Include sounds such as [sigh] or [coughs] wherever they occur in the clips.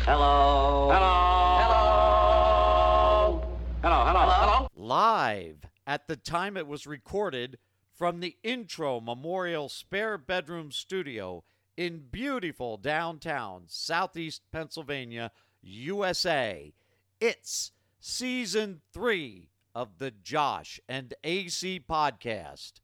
Hello. Hello. Hello, hello, hello. live at the time it was recorded from the Intro Memorial Spare Bedroom Studio in beautiful downtown Southeast Pennsylvania, USA. It's season three of the Josh and AC podcast.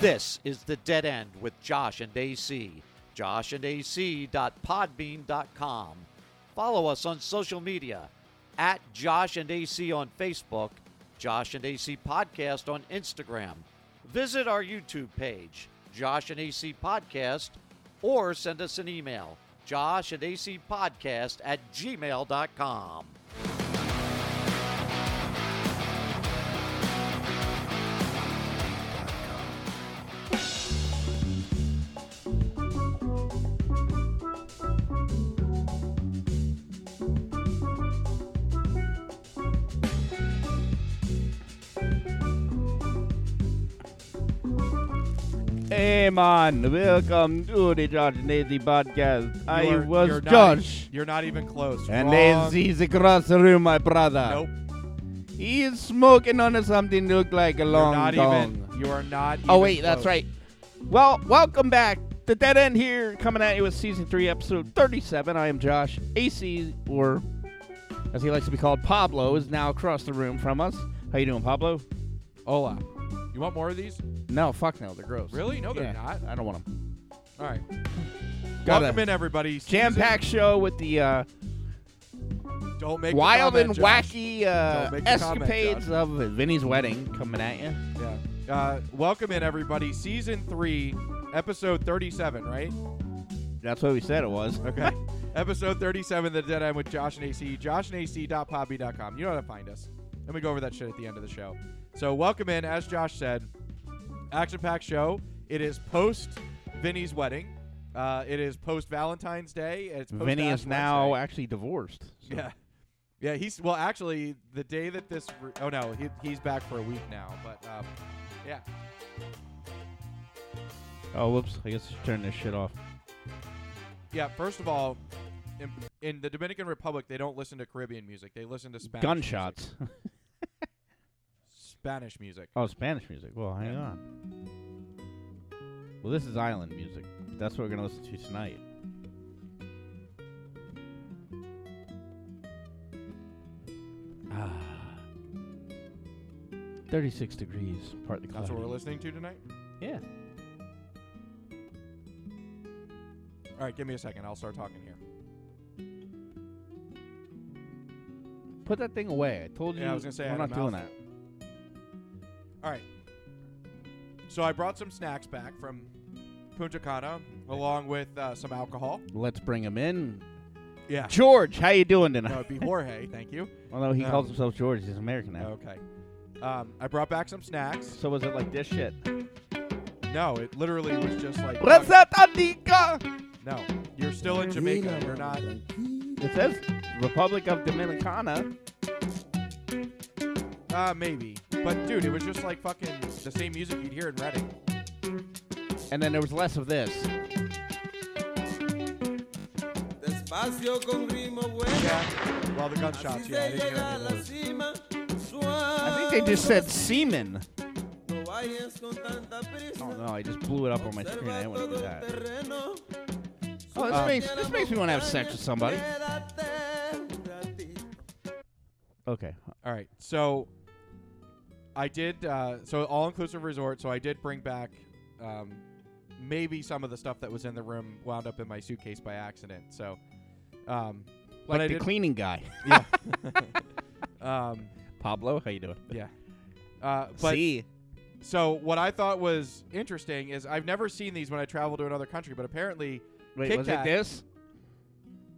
This is The Dead End with Josh and AC. joshandac.podbean.com. Follow us on social media at Josh and AC on Facebook, Josh and AC Podcast on Instagram. Visit our YouTube page, Josh and AC Podcast, or send us an email, Josh and AC Podcast at gmail.com. Hey man, welcome to the Josh and Daisy podcast. I You're- was you're not- e- Josh. you're not even close. and Wrong. Daisy's across the room, my brother. Nope. He is smoking on something look like a long you're not dong. even. You are not. Oh even wait, that's close. right. Well, welcome back. The dead end here coming at you with season three, episode thirty-seven. I am Josh. AC or as he likes to be called, Pablo is now across the room from us. How you doing, Pablo? Hola. You want more of these? No, fuck no, they're gross. Really? No, they're Yeah, not. I don't want them. All right. Gotta- Welcome in everybody. Season- Jam-packed show with the uh, Don't make the wild comment, and Josh. wacky uh, Don't make the comment, escapades Josh. of Vinny's wedding coming at you. Yeah. Uh, welcome in everybody. Season three, episode thirty-seven. Right? That's what we said it [laughs] was. Okay. episode thirty-seven. The Dead End with Josh and AC. JoshandAC.podby.com. You know how to find us. And we go over that shit at the end of the show. So welcome in. As Josh said, action-packed show. It is post Vinny's wedding. Uh, it is post Valentine's Day. It's post Vinny Ash is now Wednesday. actually divorced. so- Yeah. Yeah, he's well. Actually, the day that this, re- oh no, he, he's back for a week now. But um, yeah, Oh, whoops. I guess I should turn this shit off. yeah. First of all, in, in the Dominican Republic, they don't listen to Caribbean music. They listen to Spanish music. Gunshots. [laughs] Spanish music. oh, Spanish music. Well, hang on. Well, this is island music. That's what we're going to listen to tonight. Ah. 36 degrees, partly cloudy. That's what we're listening to tonight. Yeah. All right, give me a second. I'll start talking here. Put that thing away. I told you. Yeah, I was gonna say, I we're had a not doing mouth. that. All right. So I brought some snacks back from Punta Cana, along with uh, some alcohol. Let's bring him in. [laughs] Yeah. George, how you doing No, tonight? it'd be Jorge. Thank you. Although he no. calls himself George, he's American now. Okay. Um, I brought back some snacks. So was it like this [laughs] shit? No, it literally was just like. What's up, Anika? No, you're still in Jamaica. You're not. It says Republic of Dominicana. Uh, maybe. But dude, it was just like fucking the same music you'd hear in Reading. And then there was less of this. Despacio con ritmo bueno. Yeah. Well, the gunshots. Así Yeah, se I didn't hear llega a any of la those. cima. I Suave. think they just said semen. No vayas con tanta prisa. Oh no, I just blew it up on my Observa screen. I didn't want to do todo el that. terreno. Oh, Uh, this makes this makes me want to have sex with somebody. Quédate un ratito. Okay. All right. So I did. Uh, so all inclusive resort. So I did bring back. Um, maybe some of the stuff that was in the room wound up in my suitcase by accident. So. Um, but Like I the did- cleaning guy. [laughs] [laughs] Yeah. um, Pablo, how you doing? yeah. Uh, but See, So what I thought was interesting is I've never seen these when I travel to another country, but apparently, wait, Kit was it Kat- this?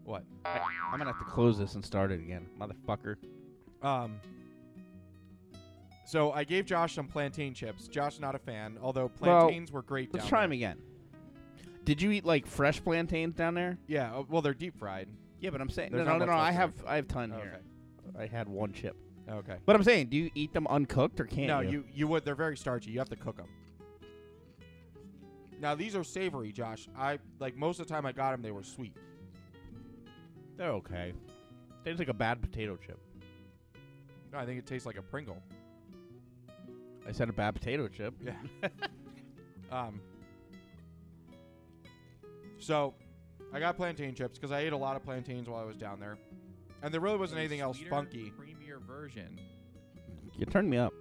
what? I'm gonna have to close this and start it again, motherfucker. Um. So I gave Josh some plantain chips. Josh not a fan, although Well, plantains were great. Let's down try there. them again. Did you eat like fresh plantains down there? Yeah. uh, Well, they're deep fried. Yeah, but I'm saying There's no, not no, no. much I left have over. I have ton Oh, here. I had one chip. Okay. But I'm saying, do you eat them uncooked or can't? no, you you would. They're very starchy. You have to cook them. Now these are savory, Josh. I like most of the time I got them. They were sweet. They're okay. They taste like a bad potato chip. No, I think it tastes like a Pringle. I said a bad potato chip. Yeah. [laughs] um. So, I got plantain chips because I ate a lot of plantains while I was down there, and there really wasn't anything else Sweeter, funky. Creamier version. You turned me up.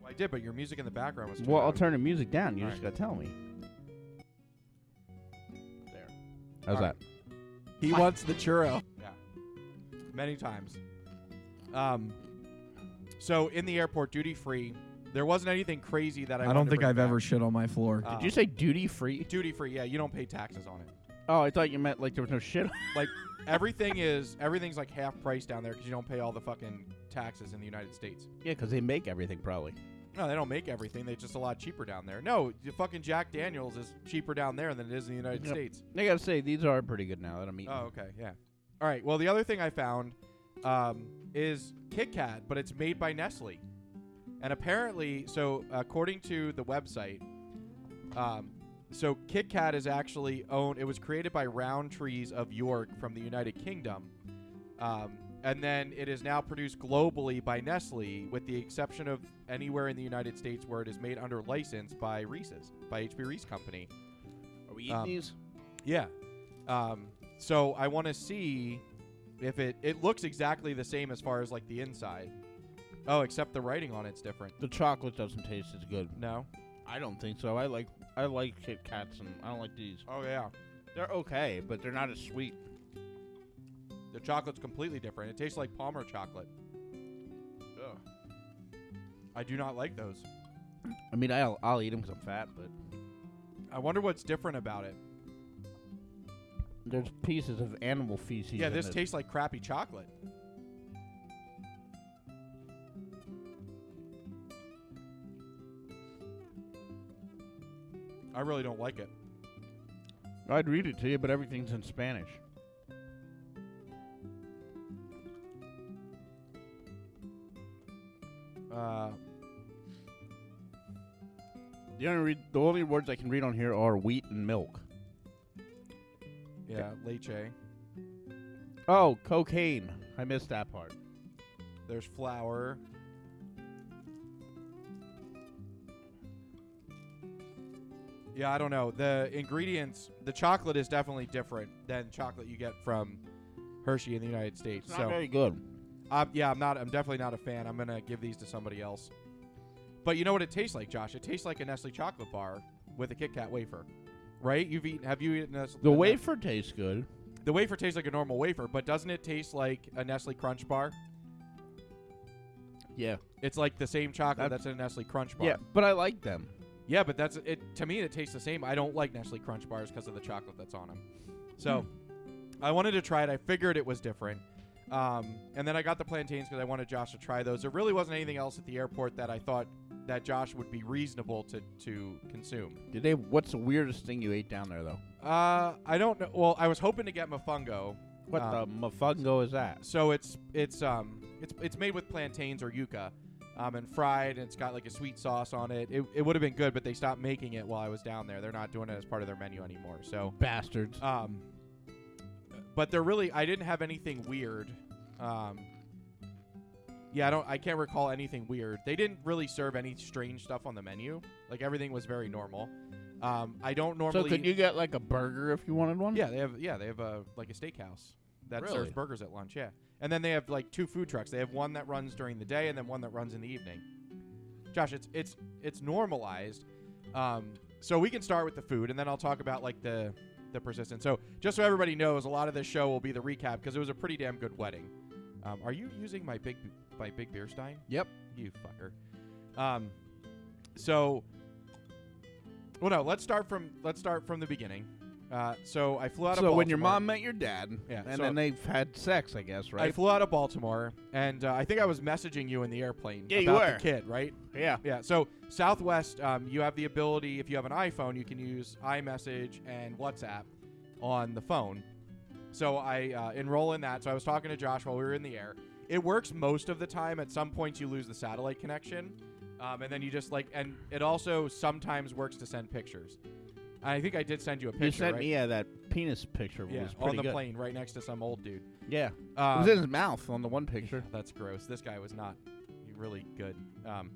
Well, I did, but your music in the background was. turned Well, I'll up. turn the music down. You All just gotta tell me. There. How's All right. that? He wants the churro. Yeah. Many times. Um. So in the airport, duty free, there wasn't anything crazy that I. I wanted don't to think bring I've back. ever shit on my floor. Uh, Did you say duty free? duty free? Yeah, you don't pay taxes on it. Oh, I thought you meant like there was no shit. [laughs] Everything is everything's like half price down there because you don't pay all the fucking taxes in the United States. yeah, because they make everything probably. No, they don't make everything. They're just a lot cheaper down there. No, the fucking Jack Daniels is cheaper down there than it is in the United Yep. States. I gotta say these are pretty good now that I'm eating. Oh, okay, yeah. All right. Well, the other thing I found um, is Kit Kat, but it's made by Nestle, and apparently, so according to the website, um, so Kit Kat is actually owned. It was created by Round Trees of York from the United Kingdom, um, and then it is now produced globally by Nestle, with the exception of anywhere in the United States where it is made under license by Reese's, by HB Reese Company. Are we eating Um, these? Yeah. Um, so I want to see if it it looks exactly the same as far as like the inside. Oh, except the writing on it's different. The chocolate doesn't taste as good. No. I don't think so. I like I like Kit Kats and I don't like these. Oh yeah. They're okay, but they're not as sweet. The chocolate's completely different. It tastes like Palmer chocolate. Ugh. I do not like those. I mean, I'll I'll eat them because I'm fat, but I wonder what's different about it. there's pieces of animal feces. Yeah, in this it. tastes like crappy chocolate. I really don't like it. I'd read it to you, but everything's in Spanish. Uh, The only read, the only words I can read on here are wheat and milk. yeah, leche. Oh, cocaine! I missed that part. There's flour. Yeah, I don't know. The ingredients, the chocolate is definitely different than chocolate you get from Hershey in the United States. It's not so, very good. uh, yeah, I'm not. I'm definitely not a fan. I'm gonna give these to somebody else. But you know what it tastes like, Josh? It tastes like a Nestle chocolate bar with a Kit Kat wafer, right? You've eaten? Have you eaten Nestle? The wafer tastes good. The wafer tastes like a normal wafer, but doesn't it taste like a Nestle Crunch bar? Yeah, It's like the same chocolate That's- that's, in a Nestle Crunch bar. yeah, but I like them. Yeah, but that's it. To me, it tastes the same. I don't like Nestle Crunch bars because of the chocolate that's on them. So, I wanted to try it. I figured it was different. Um, and then I got the plantains because I wanted Josh to try those. There really wasn't anything else at the airport that I thought that Josh would be reasonable to to consume. Did they? What's the weirdest thing you ate down there though? Uh, I don't know. Well, I was hoping to get mofongo. What Uh, the mafungo is that? So it's it's um it's it's made with plantains or yuca, um and fried and it's got like a sweet sauce on it. It, it would have been good, but they stopped making it while I was down there. They're not doing it as part of their menu anymore. So Bastards. um, but they're really I didn't have anything weird. Um, yeah, I don't I can't recall anything weird. They didn't really serve any strange stuff on the menu. Like everything was very normal. Um, I don't normally. so could you get like a burger if you wanted one? Yeah, they have yeah they have a like a steakhouse that Really? serves burgers at lunch. Yeah, and then they have like two food trucks. They have one that runs during the day and then one that runs in the evening. Josh, it's it's it's normalized. Um, so we can start with the food, and then I'll talk about like the the persistence. So just so everybody knows, a lot of this show will be the recap because it was a pretty damn good wedding. Um, are you using my big my big beer stein? Yep. You fucker. Um, so well, no. Let's start from let's start from the beginning. Uh, so I flew out of So when your Baltimore. mom met your dad, Yeah, and so- then they've had sex, I guess, I right? flew out of Baltimore, and uh, I think I was messaging you in the airplane Yeah, you about were. the kid, right? yeah. Yeah. So Southwest, um, you have the ability if you have an iPhone, you can use iMessage and WhatsApp on the phone. So I uh, enroll in that. So I was talking to Josh while we were in the air, It works most of the time. At some points, you lose the satellite connection, um, and then you just like. And it also sometimes works to send pictures. I think I did send you a picture. you sent right? me yeah, that penis picture Yeah, was pretty on the good. plane, right next to some old dude. Yeah, it Um, was in his mouth on the one picture. That's gross. This guy was not really good. Um,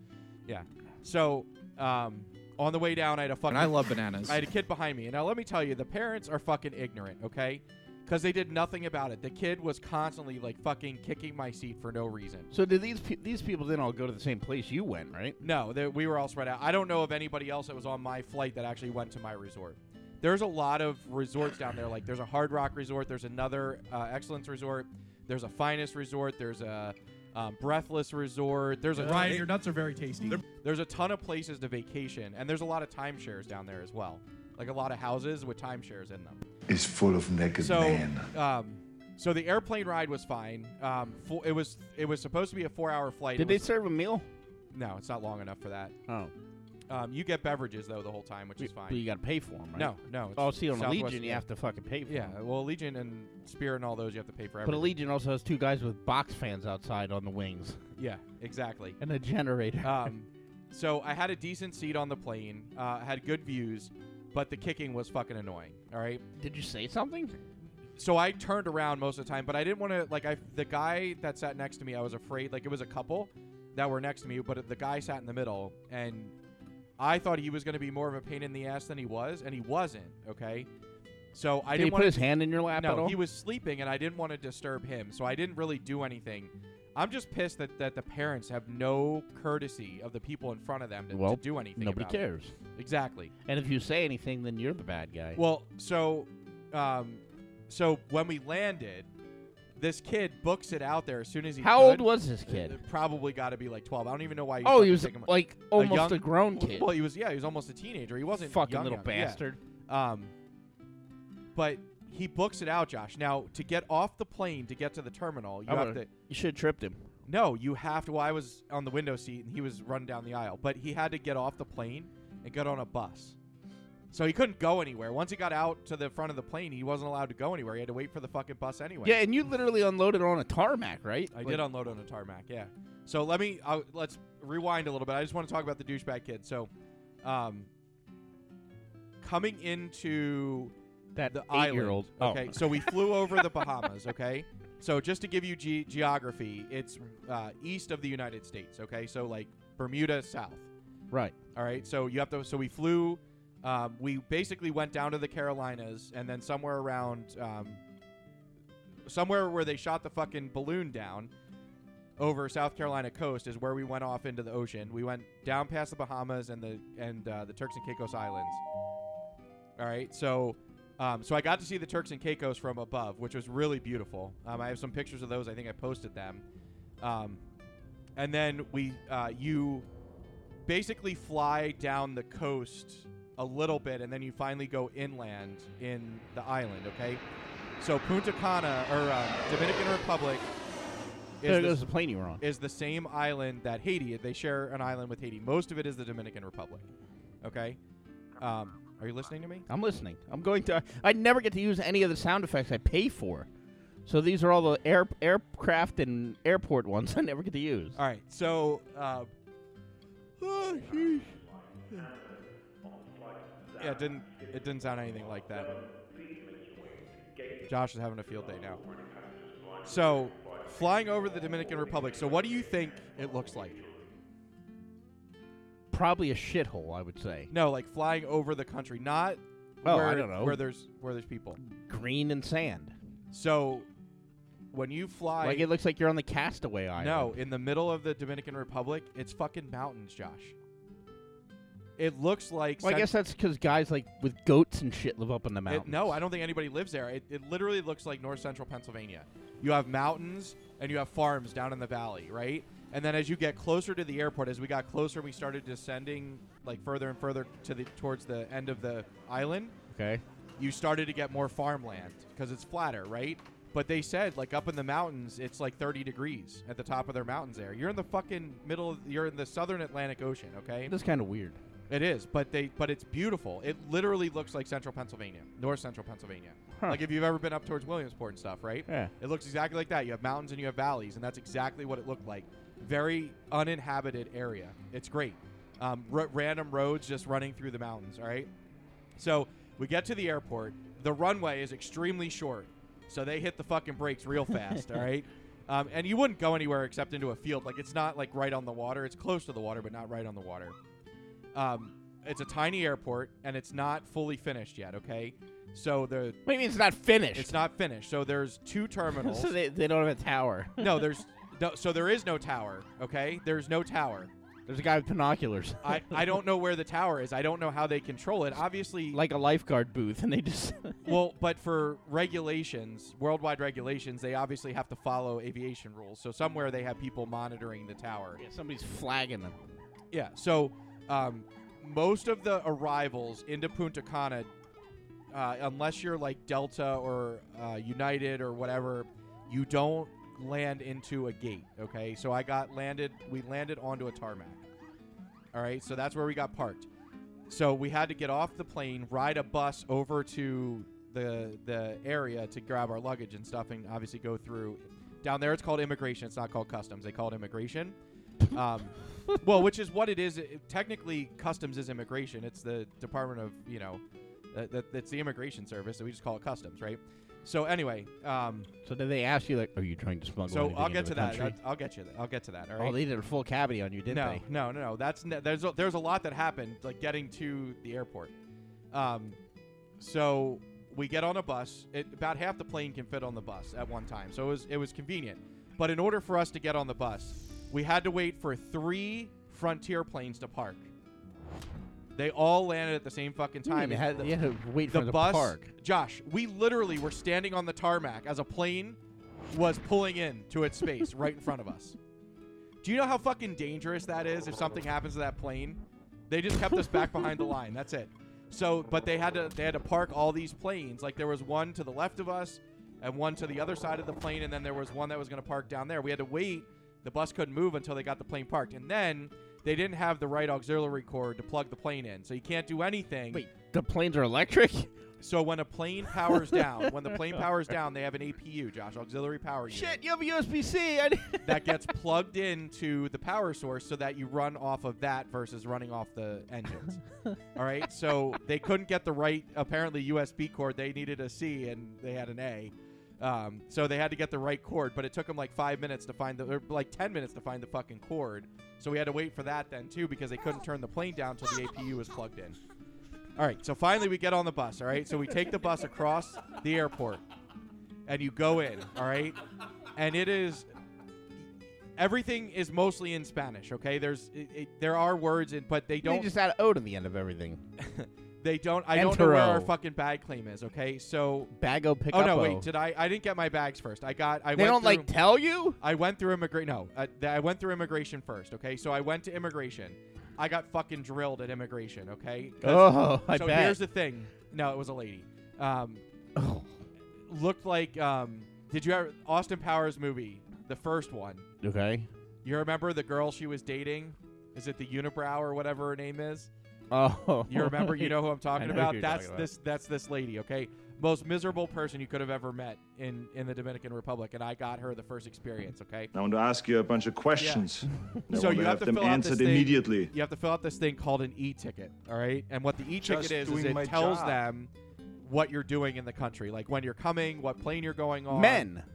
yeah. So um, on the way down, I had a fucking And I love bananas. [laughs] I had a kid behind me. And now let me tell you, the parents are fucking ignorant, okay? Because they did nothing about it. The kid was constantly like fucking kicking my seat for no reason. So did these pe- these people then all go to the same place you went, right? No, they, we were all spread out. I don't know of anybody else that was on my flight that actually went to my resort. There's a lot of resorts down there. Like there's a Hard Rock Resort. There's another uh, Excellence Resort. There's a Finest Resort. There's a um, Breathless Resort. There's a Ryan, your nuts are very tasty. there's a ton of places to vacation, and there's a lot of timeshares down there as well. Like a lot of houses with timeshares in them. is full of naked So, men. um, so the airplane ride was fine. Um, fo- it was it was supposed to be a four-hour flight. Did It they was- serve a meal? No, it's not long enough for that. Oh, Um, you get beverages though the whole time, which is But fine. you got to pay for them, right? No, no. it's Oh, see, on Southwest- Legion, you have to fucking pay for Yeah, 'em. well, Legion and Spirit and all those you have to pay for But everything. Legion also has two guys with box fans outside on the wings yeah, exactly. and a generator. Um, so I had a decent seat on the plane. Uh, I had good views, but the kicking was fucking annoying. All right. [laughs] Did you say something? so I turned around most of the time, but I didn't want to like I the guy that sat next to me. I was afraid like it was a couple that were next to me, but the guy sat in the middle, and I thought he was going to be more of a pain in the ass than he was, and he wasn't. Okay, so I Did he didn't put want his hand in your lap at no, all? he was sleeping, and I didn't want to disturb him, so I didn't really do anything. I'm just pissed that, that the parents have no courtesy of the people in front of them to, to Well, do anything. Nobody about it. cares. Exactly. And if you say anything, then you're the bad guy. Well, so, um, so when we landed, this kid books it out there as soon as he. How old could. was this kid? It probably got to be like twelve. I don't even know why. You Oh, fucking he was pick him up. like almost a, young- grown kid. Well, he was. Yeah, he was almost a teenager. He wasn't Fucking young, little young. Yeah. bastard. Um, but he books it out, Josh. Now to get off the plane to get to the terminal, you I'm have gonna- to. You should have tripped him. No, you have to. Well, I was on the window seat and he was running down the aisle, but he had to get off the plane and get on a bus. So he couldn't go anywhere. Once he got out to the front of the plane, he wasn't allowed to go anywhere. He had to wait for the fucking bus anyway. Yeah, and you literally unloaded on a tarmac, right? I did unload on a tarmac. Yeah. So let me i let's rewind a little bit. I just want to talk about the douchebag kid. So, um, coming into that the island. eight-year-old. Oh. Okay, so we flew over the Bahamas. Okay, so just to give you ge- geography, it's uh, east of the United States. Okay, so like Bermuda south. right. All right, so you have to. So we flew. Um, we basically went down to the Carolinas and then somewhere around, um, somewhere where they shot the fucking balloon down over South Carolina coast is where we went off into the ocean. We went down past the Bahamas and the and uh, the Turks and Caicos Islands. All right, so um, so I got to see the Turks and Caicos from above, which was really beautiful. Um, I have some pictures of those. I think I posted them. Um, and then we uh, you basically fly down the coast a little bit, and then you finally go inland in the island. Okay, so Punta Cana or uh, Dominican Republic. is There the- goes the plane you were on. is the same island that Haiti. They share an island with Haiti. Most of it is the Dominican Republic. Okay. Um, are you listening to me? I'm listening. I'm going to. I never get to use any of the sound effects I pay for. So these are all the air, aircraft and airport ones [laughs] I never get to use. All right. So, uh, [sighs] yeah, it didn't it didn't sound anything like that. Josh is having a field day now. So, flying over the Dominican Republic. So, what do you think it looks like? Probably a shithole, I would say. No, like flying over the country, not Oh, I where, don't know. where there's where there's people. Green and sand. So, when you fly like it looks like you're on the Castaway Island. No, in the middle of the Dominican Republic, it's fucking mountains, Josh. It looks like. Well, I cent- guess that's because guys like with goats and shit live up in the mountains. it, no, I don't think anybody lives there. It, it literally looks like north central Pennsylvania. You have mountains and you have farms down in the valley, right? And then as you get closer to the airport, as we got closer, we started descending like further and further to the towards the end of the island. Okay. you started to get more farmland because it's flatter, right? But they said like up in the mountains, it's like 30 degrees at the top of their mountains. There, you're in the fucking middle. Of, you're in the southern Atlantic Ocean, okay? That's kind of weird. It is, but they but it's beautiful. It literally looks like central Pennsylvania, north central Pennsylvania. Huh. Like if you've ever been up towards Williamsport and stuff, right? Yeah. It looks exactly like that. You have mountains and you have valleys, and that's exactly what it looked like. Very uninhabited area. It's great. Um, r- random roads just running through the mountains. All right. So we get to the airport. The runway is extremely short, so they hit the fucking brakes real fast. all [laughs] right. Um, and you wouldn't go anywhere except into a field. Like it's not like right on the water. It's close to the water, but not right on the water. Um, it's a tiny airport, and it's not fully finished yet. Okay. So the What do you mean it's not finished? it's not finished. So there's [laughs] two terminals. so they, they don't have a tower. [laughs] no, there's no, so there is no tower. Okay, there's no tower. There's a guy with binoculars, I, I don't know where the tower is. I don't know how they control it. Obviously, like a lifeguard booth, and they just [laughs] well, but for regulations, worldwide regulations, they obviously have to follow aviation rules. So somewhere they have people monitoring the tower. Yeah, somebody's flagging them. Yeah. So um, most of the arrivals into Punta Cana, uh, unless you're like Delta or uh, United or whatever, you don't land into a gate. Okay. So I got landed. We landed onto a tarmac. All right. So that's where we got parked. So we had to get off the plane, ride a bus over to the the area to grab our luggage and stuff, and obviously go through. Down there, it's called immigration. It's not called customs. They call it immigration. Um, well, which is what it is. It- technically, customs is immigration. It's the Department of you know, that, that it's the immigration service. So we just call it customs, right? So anyway, um, So then they ask you, like, are you trying to smuggle? so anything I'll into get to the that. country? I'll, I'll get you. That. I'll get to that. All right. Oh, they did a full cavity on you, didn't no, they? no, no, no. That's ne- there's a, there's a lot that happened like getting to the airport. Um, so we get on a bus. It, about half the plane can fit on the bus at one time, so it was it was convenient. But in order for us to get on the bus, we had to wait for three Frontier planes to park. They all landed at the same fucking What do you time. mean? and Had- the- you had to wait the for the bus, park. Josh, we literally were standing on the tarmac as a plane was pulling in to [laughs] its space right in front of us. Do you know how fucking dangerous that is if something happens to that plane? They just kept us back behind the line. That's it. So, but they had to they had to park all these planes. Like there was one to the left of us and one to the other side of the plane and then there was one that was going to park down there. We had to wait. The bus couldn't move until they got the plane parked. And then they didn't have the right auxiliary cord to plug the plane in. So you can't do anything. Wait, the planes are [laughs] electric? So when a plane powers down, when the plane powers down, they have an APU, Josh, auxiliary power unit. you have a USB C. [laughs] I That gets plugged into the power source so that you run off of that versus running off the engines. All right. So they couldn't get the right, apparently, USB cord. They needed a C and they had an A. Um, so they had to get the right cord, but it took them like five minutes to find the, or like 10 minutes to find the fucking cord. So we had to wait for that then, too, because they couldn't turn the plane down until the APU was plugged in. All right, so finally we get on the bus. All right, so we take the bus across the airport, and you go in. All right, and it is everything is mostly in Spanish. Okay, there's it, it, there are words in, but they they don't just add O to the end of everything. they don't I don't know where Entero. our fucking bag claim is. Okay, so Bago pick oh up. no wait did I I didn't get my bags first. I got I they went don't through- like tell you. I went through immigrate. No, I, th- I went through immigration first. Okay, so I went to immigration. I got fucking drilled at immigration. Okay. 'Cause- [laughs] Oh, I so bet. here's the thing. No, it was a lady. Um, oh, looked like. Um, did you ever Austin Powers movie, the first one? okay. You remember the girl she was dating? Is it the unibrow or whatever her name is? [laughs] Oh, You remember? you know who [laughs] I'm I talking know who about. you're That's talking about. this. That's this lady. Okay, most miserable person you could have ever met in in the Dominican Republic, and I got her the first experience. Okay. I want to ask you a bunch of questions. And I So want you have, to them fill out this answered thing- immediately. You have to fill out this thing called an e-ticket, all right? And what the e-ticket Just is is doing it my tells job. them what you're doing in the country, like when you're coming, what plane you're [laughs] going on. men. [laughs]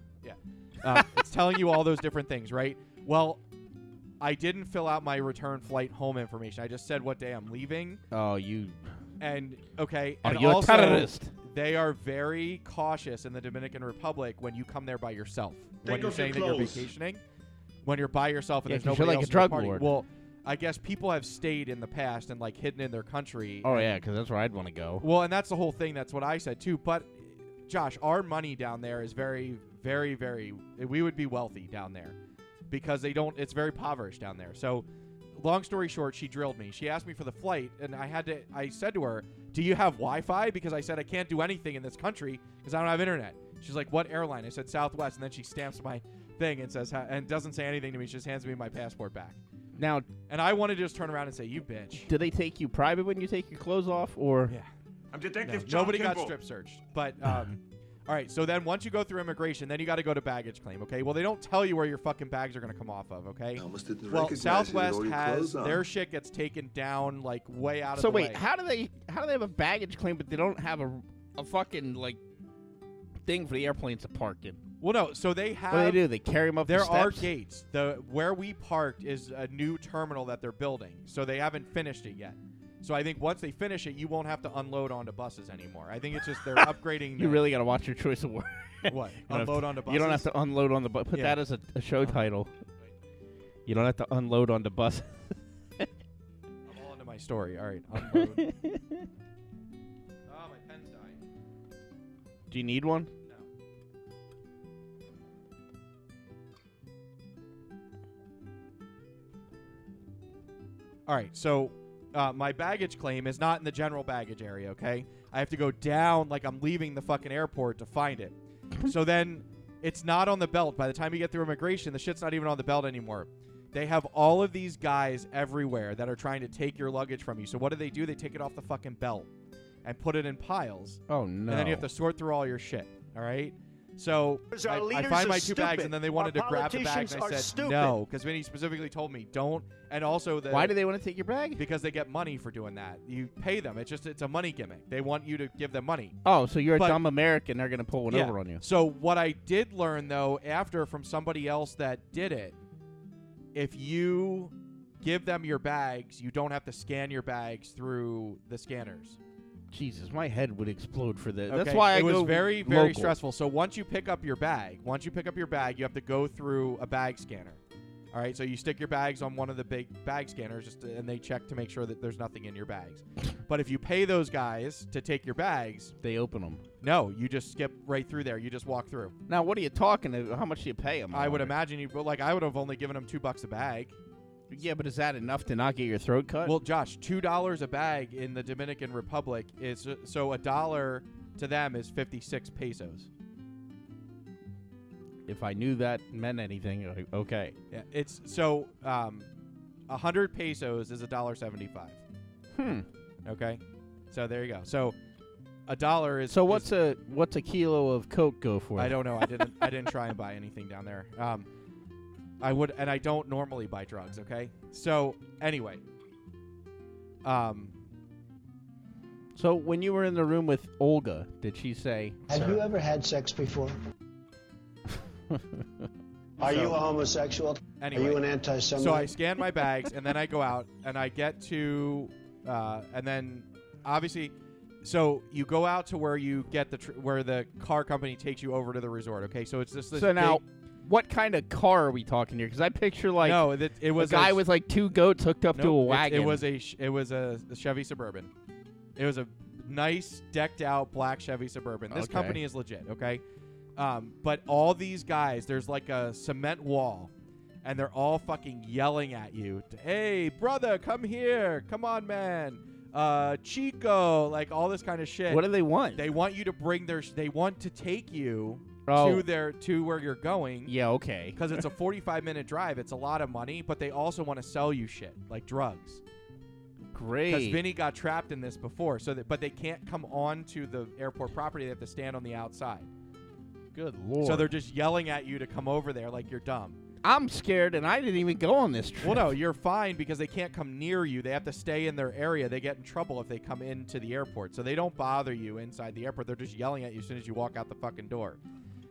Uh, it's telling you all those different things, right? Well, I didn't fill out my return flight home information. I just said what day I'm leaving, Oh, you. and okay, Are and you a also terrorist? they are very cautious in the Dominican Republic when you come there by yourself. when you're Take off your saying that you're clothes. vacationing, when you're by yourself and Yeah, there's 'cause you're nobody like a else in drug the party. lord. Well, I guess people have stayed in the past and like hidden in their country. Oh yeah, because that's where I'd want to go. Well, and that's the whole thing. That's what I said too. But Josh, our money down there is very, very, very. We would be wealthy down there because they don't. It's very impoverished down there. So, long story short, she drilled me. She asked me for the flight, and I had to. I said to her, "Do you have Wi-Fi?" Because I said I can't do anything in this country because I don't have internet. She's like, "What airline?" I said Southwest, and then she stamps my thing and says, "Ha-" and doesn't say anything to me. She just hands me my passport back. Now, And I want to just turn around and say, "You bitch." do they take you private when you take your clothes off, or Yeah. I'm Detective No, John nobody got Kimball. strip searched. But [laughs] um, all right, so then once you go through immigration, then you got to go to baggage claim. Okay. Well, they don't tell you where your fucking bags are gonna come off of. Okay. almost didn't Well, recognize Southwest you with all your has clothes on. their shit gets taken down like way out of so? the Wait, way. how do they how do they have a baggage claim but they don't have a a fucking like thing for the airplanes to park in? well, no. So they have. What do they do? They carry them up. the Um, There are steps? gates. The where we parked is a new terminal that they're building, so they haven't finished it yet. So I think once they finish it, you won't have to unload onto buses anymore. I think [laughs] it's just they're upgrading. You the- really got to watch your choice of words. [laughs] what [laughs] You don't have unload to- onto buses? You don't have to unload on the bus. Put Yeah. Uh-huh. that as a, a show title. You don't have to unload on the bus. I'm all into my story. All right. Unload. [laughs] oh, my pen's dying. Do you need one? No. All right, so uh, my baggage claim is not in the general baggage area, okay? I have to go down like I'm leaving the fucking airport to find it. so then it's not on the belt. By the time you get through immigration, the shit's not even on the belt anymore. They have all of these guys everywhere that are trying to take your luggage from you. So what do they do? They take it off the fucking belt and put it in piles. Oh no! And then you have to sort through all your shit. All right. So I, I find my two bags, and then they wanted to grab the bags. And I said no, because Vinny specifically told me don't. And also the Why do they want to take your bag? [laughs] because they get money for doing that. You pay them. It's just it's a money gimmick. They want you to give them money. Oh, so you're a But- dumb American. They're gonna pull one Yeah. over on you. So what I did learn though after from somebody else that did it, if you give them your bags, you don't have to scan your bags through the scanners. Jesus, my head would explode for this. That's Okay, why I it was go very very local. stressful. So once you pick up your bag, once you pick up your bag, you have to go through a bag scanner. All right, so you stick your bags on one of the big bag scanners, just to- and they check to make sure that there's nothing in your bags. but if you pay those guys to take your bags, They open them. no, you just skip right through there. You just walk through. Now, what are you talking? To? How much do you pay them? I would imagine you, but like I would have only given them two bucks a bag. Yeah, but is that enough to not get your throat cut? Well, Josh, two dollars a bag in the Dominican Republic is so a dollar to them is fifty six pesos. if I knew that meant anything, like, okay. Yeah, it's so um, a hundred pesos is a dollar seventy-five. Hmm. Okay, so there you go. So a dollar is So is- what's a what's a kilo of coke go for? I don't know. I didn't. I didn't try and buy anything down there. Um, I would, and I don't normally buy drugs. Okay, so anyway, um, So when you were in the room with Olga, did she say? Have you ever had [laughs] sex before? Are you a homosexual? anyway, Are you an anti-Semite? So I scan my bags and then I go out and I get to, uh, and then obviously, so you go out to where you get the tr- where the car company takes you over to the resort. Okay, so it's just this. So now, big- what kind of car are we talking here? Because I picture like no, it, it was a guy s- with like two goats hooked up nope, to a it- wagon. It, was a sh- it was a Chevy Suburban. It was a nice decked out black Chevy Suburban. This Okay. company is legit. Okay, um, but all these guys, there's like a cement wall. And they're all fucking yelling at you. to, Hey, brother, come here. Come on, man. Uh, Chico. Like all this kind of shit. What do they want? they want you to bring their. Sh- they want to take you oh, to their to where you're going yeah, okay. because it's a 45 minute drive. It's a lot of money, but they also want to sell you shit like drugs. Because Great. Vinny got trapped in this before, so that but they can't come on to the airport property. They have to stand on the outside. Good lord. So they're just yelling at you to come over there like you're dumb. I'm scared, and I didn't even go on this trip. Well, no, you're fine because they can't come near you. They have to stay in their area. They get in trouble if they come into the airport. So they don't bother you inside the airport. They're just yelling at you as soon as you walk out the fucking door.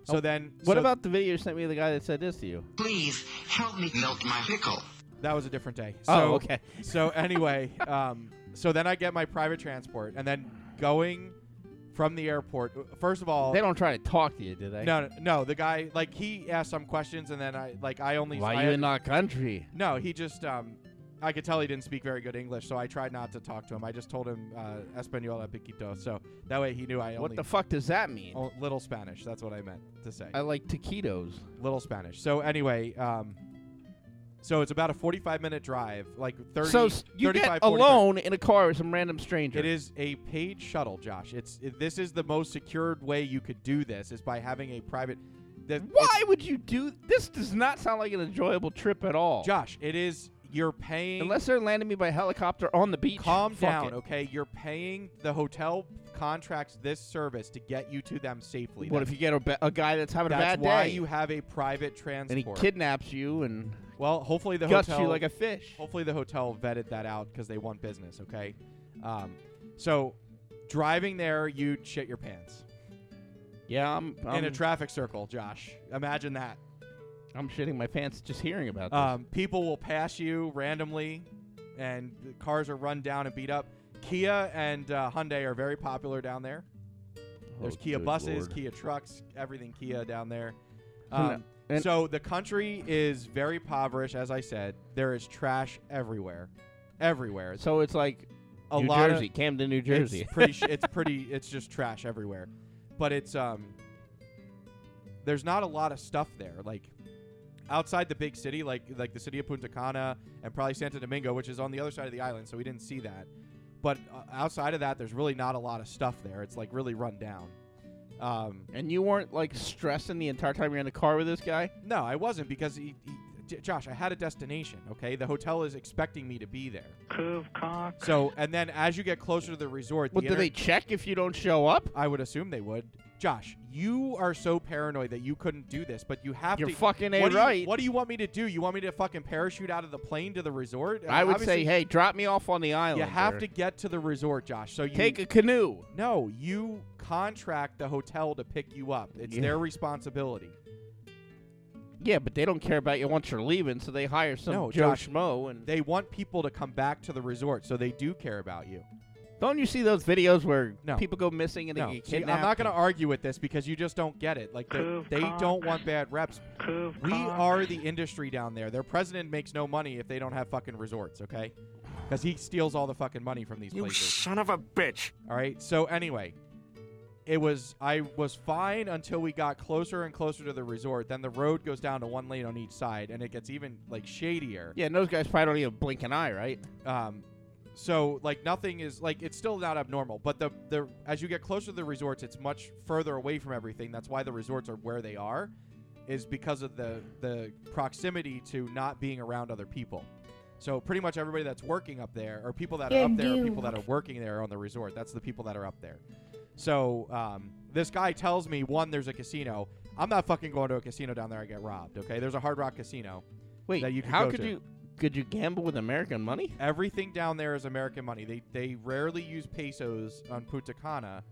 So then, What so about the video you sent me? of The guy that said this to you. Please help me melt my pickle. that was a different day? So, oh, okay. [laughs] so anyway, um, so then I get my private transport, and then going from the airport. uh, First of all, They don't try to talk to you, do they? no, no, no, the guy like he asked some questions, and then I like I only Why I you in our country? no, he just um, I could tell he didn't speak very good English, so I tried not to talk to him. I just told him uh, Espanol piquito, so that way he knew I What only the fuck does that mean? oh, little Spanish. That's what I meant to say. I like taquitos. little Spanish. So anyway, um. So it's about a 45 minute drive, like 30 so s- you 35, get 45 alone in a car with some random stranger. It is a paid shuttle, Josh. It's it- this is the most secured way you could do this is by having a private. The, Why would you do? This does not sound like an enjoyable trip at all. Josh? It is You're paying. Unless they're landing me by helicopter on the beach. calm Fuck down, it. okay? You're paying the hotel contracts this service to get you to them safely. What That's- if you get a, ba- a guy that's having That's a bad why day you have a private transport. and he kidnaps you and well, hopefully the guts hotel you like a fish? hopefully the hotel vetted that out because they want business. Okay, um, so driving there, you shit your pants Yeah, I'm. I'm, in a traffic circle, Josh. Imagine that. I'm shitting my pants just hearing about this. Um, people will pass you randomly, and the cars are run down and beat up. Kia and uh, Hyundai are very popular down there. There's Oh, Kia good buses, lord. Kia trucks, everything Kia down there. And- Um, and- so the country is very impoverished, as I said. There is trash everywhere, everywhere. It's So it's like a New lot Jersey, of Camden, New Jersey. It's pretty. Sh- it's pretty. It's just trash everywhere, but it's um. There's not a lot of stuff there, like outside the big city, like like the city of Punta Cana and probably Santo Domingo, which is on the other side of the island, so we didn't see that. But uh, outside of that, there's really not a lot of stuff there. It's like really run down. Um, [laughs] and you weren't like stressing the entire time you're in the car with this guy. no, I wasn't because he, he, J- Josh, I had a destination. Okay, the hotel is expecting me to be there. So, and then as you get closer to the resort, What the do inter- they check if you don't show up? I would assume they would. Josh, you are so paranoid that you couldn't do this, but you have You're to. fucking A what do you- right. what do you want me to do? You want me to fucking parachute out of the plane to the resort? I would say, Obviously, hey, drop me off on the island. you have or to get to the resort, Josh. So you take a canoe. no, you contract the hotel to pick you up. It's Yeah. their responsibility. Yeah, but they don't care about you once you're leaving, so they hire some No, Joe Josh, Schmo. And They want people to come back to the resort, so they do care about you. don't you see those videos where No. people go missing and No, they get see, I'm kidnapped? not going to argue with this because you just don't get it. Like the, they don't want bad reps. we are the industry down there. Their president makes no money if they don't have fucking resorts, okay? Because he steals all the fucking money from these You places. son of a bitch. All right. So anyway, it was I was fine until we got closer and closer to the resort. Then the road goes down to one lane on each side, and it gets even like shadier. Yeah, and those guys probably don't even blink an eye, right? Um, so like nothing is like it's still not abnormal, but the the as you get closer to the resorts, it's much further away from everything. That's why the resorts are where they are, is because of the the proximity to not being around other people. So pretty much everybody that's working up there, or people that are up there, are people that are working there on the resort. That's the people that are up there. So um, this guy tells me one, there's a casino. I'm not fucking going to a casino down there. I get robbed. Okay, there's a Hard Rock Casino. Wait, That you could how go could to. you could you gamble with American money? Everything down there is American money. They they rarely use pesos on Punta Cana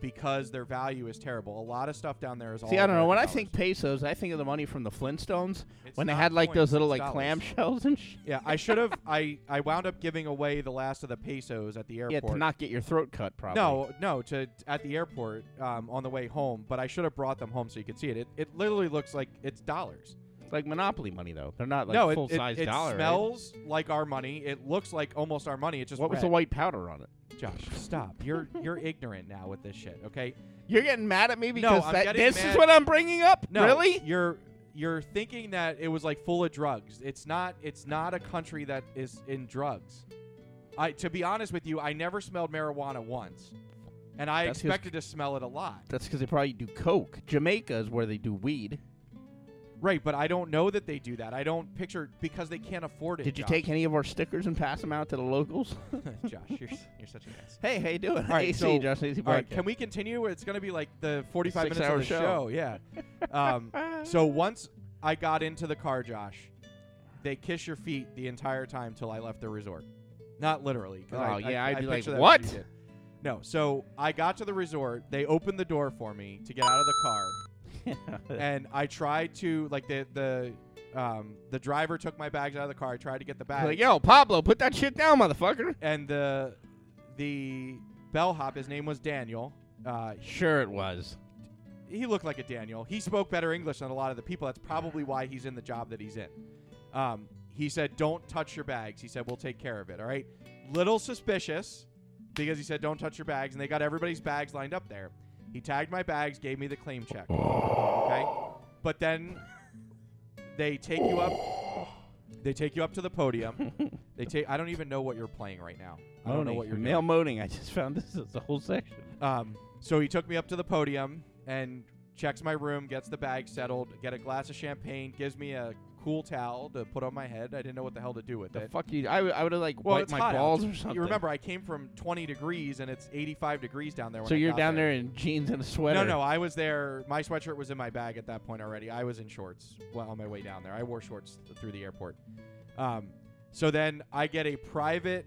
because their value is terrible. A lot of stuff down there is all. See, I don't know. When I American think dollars. pesos, I think of the money from the Flintstones It's when they not had like coins, those little like it's dollars. clam shells and shit. yeah, I should have. I I wound up giving away the last of the pesos at the Yeah, airport. to not get your throat cut, probably. no, no, to at the airport um, on the way home. But I should have brought them home so you could see it. It it literally looks like it's dollars. It's like Monopoly money though. They're not like no, it- full it, size it, dollar. right? smells like our money. It looks like almost our money. It's just What was the red. white powder on it? Josh? Stop. You're you're ignorant now with this shit. Okay. You're getting mad at me because I'm that, getting this mad- is what I'm bringing up. No, Really? You're you're thinking that it was like full of drugs. It's not. It's not a country that is in drugs. I to be honest with you, I never smelled marijuana once, and I That's 'cause- expected to smell it a lot. That's because they probably do coke. Jamaica is where they do weed. Right, but I don't know that they do that. I don't picture because they can't afford it. Did you Josh. take any of our stickers and pass them out to the locals? [laughs] [laughs] Josh? You're, s- you're such an ass. hey, how you doing? All right, AC, so- Josh AC All right, Podcast. can we continue? It's going to be like the 45 Six minutes of hour the show. show. Yeah. [laughs] Um, so once I got into the car, Josh, they kiss your feet the entire time till I left the resort. Not literally. 'cause Oh, yeah, I'd be like, picture that "What?" you did. No. So I got to the resort. They opened the door for me to get out of the car [laughs] and I tried to like the the um, the driver took my bags out of the car. I tried to get the bags, like, yo, Pablo, put that shit down, motherfucker. and the the bellhop, his name was Daniel. Uh, Sure, it was. he looked like a Daniel. He spoke better English than a lot of the people. That's probably why he's in the job that he's in. Um, he said, "Don't touch your bags." He said, "We'll take care of it." All right. Little suspicious because he said, "Don't touch your bags," and they got everybody's bags lined up there. He tagged my bags, gave me the claim check. Okay. But then they take you up. They take you up to the podium. They take. I don't even know what you're playing right now. I don't know what you're doing. male moaning. I just found [laughs] this is the whole section. Um, so he took me up to the podium and checks my room, gets the bag settled, get a glass of champagne, gives me a cool towel to put on my head. I didn't know what the hell to do with The it. fuck you? I, would- I would have like Well, wiped it's my hot out. balls or something. You remember I came from 20 degrees and it's 85 degrees down there. [laughs] When So I you're got down there there in jeans and a sweater. No, no, I was there. My sweatshirt was in my bag at that point already. I was in shorts well, on my way down there. I wore shorts th- through the airport. Um, so then I get a private.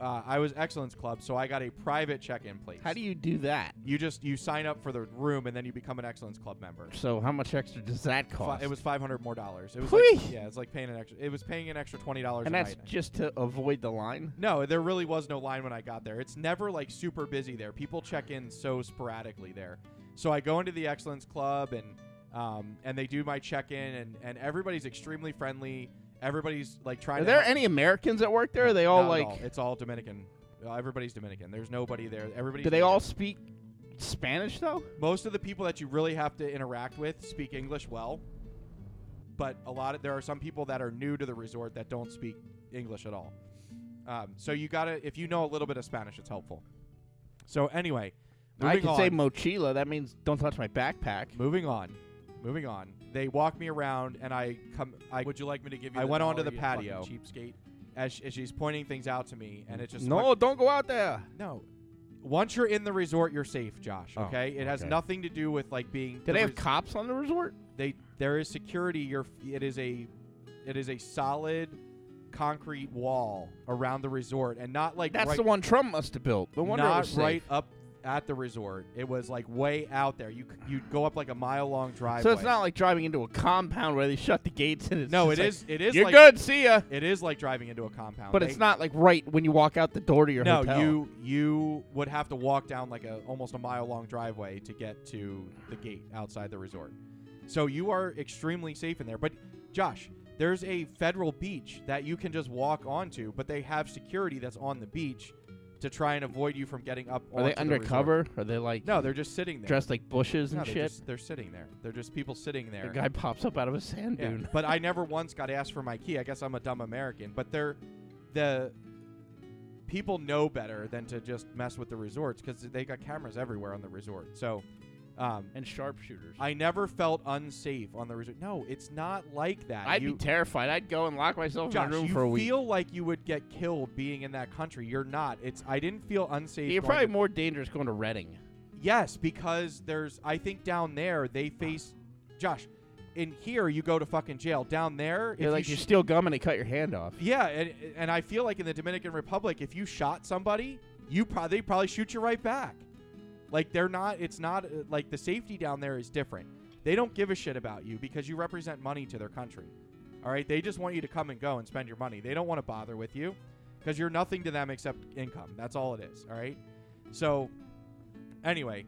Uh, I was Excellence Club, so I got a private check-in place. How do you do that? You just you sign up for the room and then you become an Excellence Club member. So how much extra does that Fi- cost? It was five hundred more dollars. It was Whee! like, yeah, it's like paying an extra. It was paying an extra twenty dollars. and a that's night. just to avoid the line. No, there really was no line when I got there. It's never like super busy there. People check in so sporadically there. So I go into the Excellence Club and um, and they do my check in and, and everybody's extremely friendly. Everybody's like trying. Are to there help- any Americans that work there? Are they all Not at like? It's all Dominican. Uh, everybody's Dominican. There's nobody there. Everybody. Do they all speak Spanish though? Most of the people that you really have to interact with speak English well, but a lot of there are some people that are new to the resort that don't speak English at all. Um, so you gotta if you know a little bit of Spanish, it's helpful. So anyway, I moving can on, say mochila. That means don't touch my backpack. moving on, moving on. They walk me around, and I come. I Would you like me to give you? I the went onto dollar, the you fucking patio. Cheapskate. as, she- as she's pointing things out to me, and it just No, don't go out there. no. Once you're in the resort, you're safe, Josh. Oh, Okay, it has okay. nothing to do with like being. Do the they have res- cops on the resort? they there is security your it is a it is a solid concrete wall around the resort and not like That's right, the one Trump must have built. No wonder it not was safe. right up at the resort it was like way out there you c- you go up like a mile long driveway So it's not like driving into a compound where they shut the gates and it's no it just like, is it is You're like, good. See ya. it is like driving into a compound But They- it's not like right when you walk out the door to your no hotel. you you would have to walk down like a almost a mile long driveway to get to the gate outside the resort so you are extremely safe in there but josh there's a federal beach that you can just walk onto but they have security that's on the beach to try and avoid you from getting up are they onto the resort. undercover? Are they like no they're just sitting there dressed like bushes no, and they're, shit? Just, they're sitting there they're just people sitting there The guy pops up out of a sand yeah. dune. but I never once got asked for my key. I guess I'm a dumb American. But they're the people know better than to just mess with the resorts because they got cameras everywhere on the resort. So um, And sharpshooters. I never felt unsafe on the resort. No, it's not like that. I'd you, be terrified. I'd go and lock myself Josh, in a room you for a week. feel like you would get killed being in that country. You're not. It's I didn't feel unsafe. You're going probably to- more dangerous going to Reading. Yes, because there's I think down there they face Josh. In here you go to fucking jail. Down there, if You're like you you sh- steal gum and they cut your hand off. Yeah, and, and I feel like in the Dominican Republic, if you shot somebody, you probably they probably shoot you right back. Like they're not. It's not uh, like the safety down there is different. They don't give a shit about you because you represent money to their country. All right, they just want you to come and go and spend your money. They don't want to bother with you because you're nothing to them except income. That's all it is. All right. So, anyway,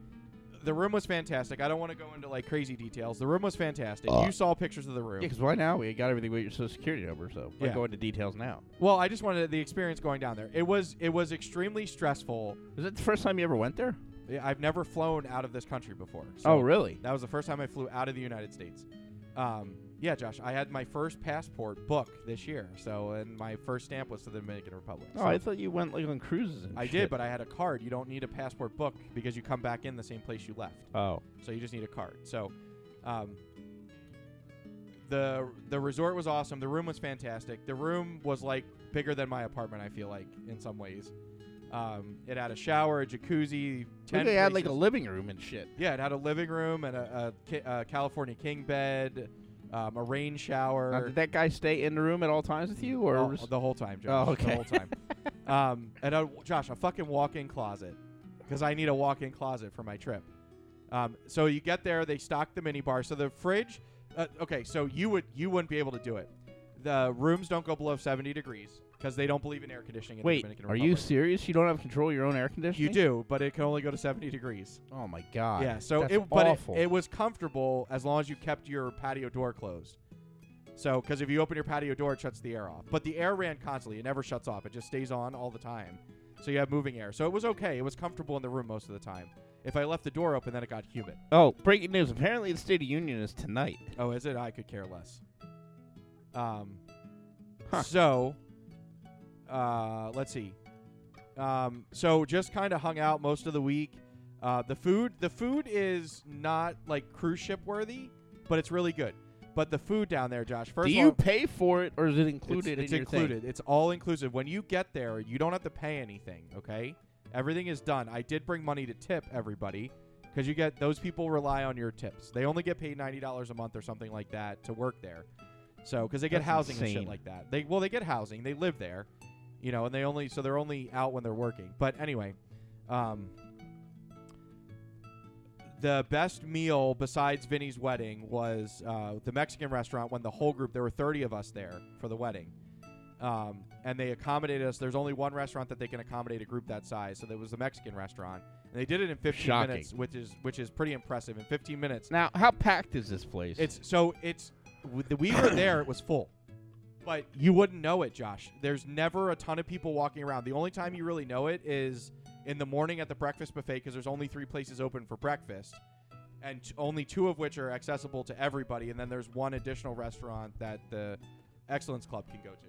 the room was fantastic. I don't want to go into like crazy details. The room was fantastic. you saw pictures of the room. Yeah, because why now? We got everything with your social security number, so Yeah. I go into details now. Well, I just wanted the experience going down there. It was it was extremely stressful. Was that the first time you ever went there? Yeah, I've never flown out of this country before. So oh, really? That was the first time I flew out of the United States. Um, yeah, Josh, I had my first passport book this year. So and my first stamp was to the Dominican Republic. Oh, so I thought you went like on cruises. And I did, but I had a card. You don't need a passport book because you come back in the same place you left. I oh, So you just need a card. So, um, the the resort was awesome. The room was fantastic. The room was like bigger than my apartment. I feel like in some ways, um, it had a shower, a jacuzzi. Maybe Ten they had like a places- living room and shit. yeah, it had a living room and a, a, ki- a California king bed, um, a rain shower. Now, did that guy stay in the room at all times with you, or Oh, was- the whole time, Josh. Oh, okay. The whole time. [laughs] um, and a, Josh, a fucking walk-in closet, because I need a walk-in closet for my trip. Um, so you get there, they stock the minibar. So the fridge, uh, okay, so you would you wouldn't be able to do it. The rooms don't go below seventy degrees because they don't believe in air conditioning. In wait? the Dominican Are you Republic. serious? You don't have control of your own air You conditioning? do, but it can only go to seventy degrees. Oh my god. yeah, so That's it but it, awful. it was comfortable as long as you kept your patio door closed. So, because if you open your patio door, it shuts the air off. But the air ran constantly; it never shuts off. It just stays on all the time. So you have moving air. So it was okay. It was comfortable in the room most of the time. If I left the door open, then it got humid. oh, breaking news! Apparently, the State of Union is tonight. Oh, is it? I could care less. Um, Huh. so, uh, let's see. Um, so just kind of hung out most of the week. Uh, the food, the food is not like cruise ship worthy, but it's really good. But the food down there, Josh. First Do of you all, pay for it, or is it it's, included it's in your thing? included. It's all inclusive. When you get there, you don't have to pay anything. Okay, everything is done. I did bring money to tip everybody because you get those people rely on your tips. They only get paid ninety dollars a month or something like that to work there. So because they get That's housing and insane. shit like that. They well they get housing. They live there, you know, and they only so they're only out when they're working. But anyway, um, the best meal besides Vinny's wedding was uh, the Mexican restaurant when the whole group, there were 30 of us there for the wedding. Um, and they accommodated us. There's only one restaurant that they can accommodate a group that size, so that was the Mexican restaurant. And they did it in 15 Shocking. minutes, which is which is pretty impressive. In 15 minutes, Now, how packed is this place? it's so it's w- the- we were there. It was full, but you wouldn't know it, Josh. There's never a ton of people walking around. The only time you really know it is in the morning at the breakfast buffet because there's only three places open for breakfast, and t- only two of which are accessible to everybody. And then there's one additional restaurant that the Excellence Club can go to.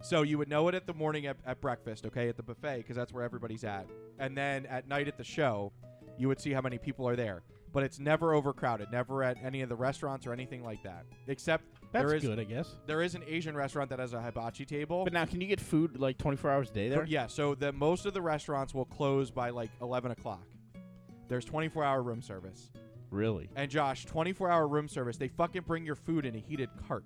So you would know it at the morning at, at breakfast, okay, at the buffet because that's where everybody's at, and then at night at the show you would see how many people are there. But it's never overcrowded, never at any of the restaurants or anything like that. Except that's there is Oh. good, I guess. there is an Asian restaurant that has a hibachi table. But now, can you get food like 24 hours a day there? Yeah, so the most of the restaurants will close by like eleven o'clock. There's 24 hour room service. Really, And Josh, 24 hour room service, they fucking bring your food in a heated cart.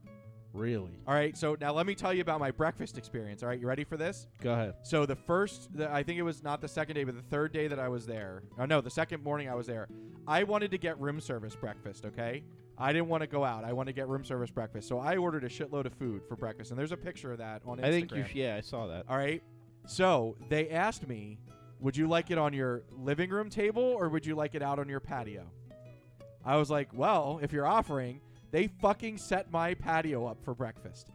really. All right, so now let me tell you about my breakfast experience. All right, you ready for this? Go ahead. So the first, the, I think it was not the second day, but the third day that I was there. Oh no, the second morning I was there. I wanted to get room service breakfast. Okay, I didn't want to go out. I wanted to get room service breakfast. So I ordered a shitload of food for breakfast, and there's a picture of that on Instagram. I think you. Sh- yeah, I saw that. All right. So they asked me, would you like it on your living room table or would you like it out on your patio? I was like, well, if you're offering, they fucking set my patio up for breakfast,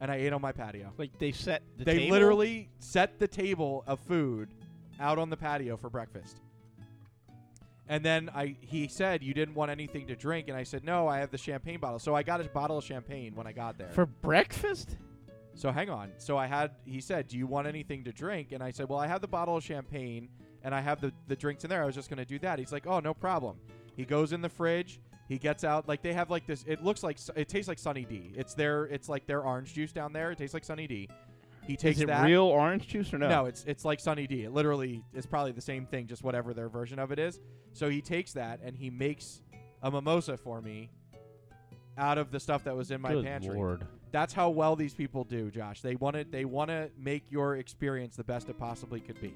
and I ate on my patio Like they set. The they table? literally set the table of food out on the patio for breakfast. And then I he said you didn't want anything to drink and I said no, I have the champagne bottle. So I got a bottle of champagne when I got there. for breakfast. so hang on. So I had he said, "Do you want anything to drink?" and I said, "Well, I have the bottle of champagne and I have the the drinks in there. I was just going to do that." He's like, "Oh, no problem." He goes in the fridge. He gets out like they have like this it looks like it tastes like Sunny D. It's their it's like their orange juice down there. It tastes like Sunny D. He takes Is it that real orange juice or no? it's it's like Sunny D. It literally is probably the same thing, just whatever their version of it is. So he takes that and he makes a mimosa for me out of the stuff that was in my Good pantry. lord. That's how well these people do, Josh. They want it. They want to make your experience the best it possibly could be.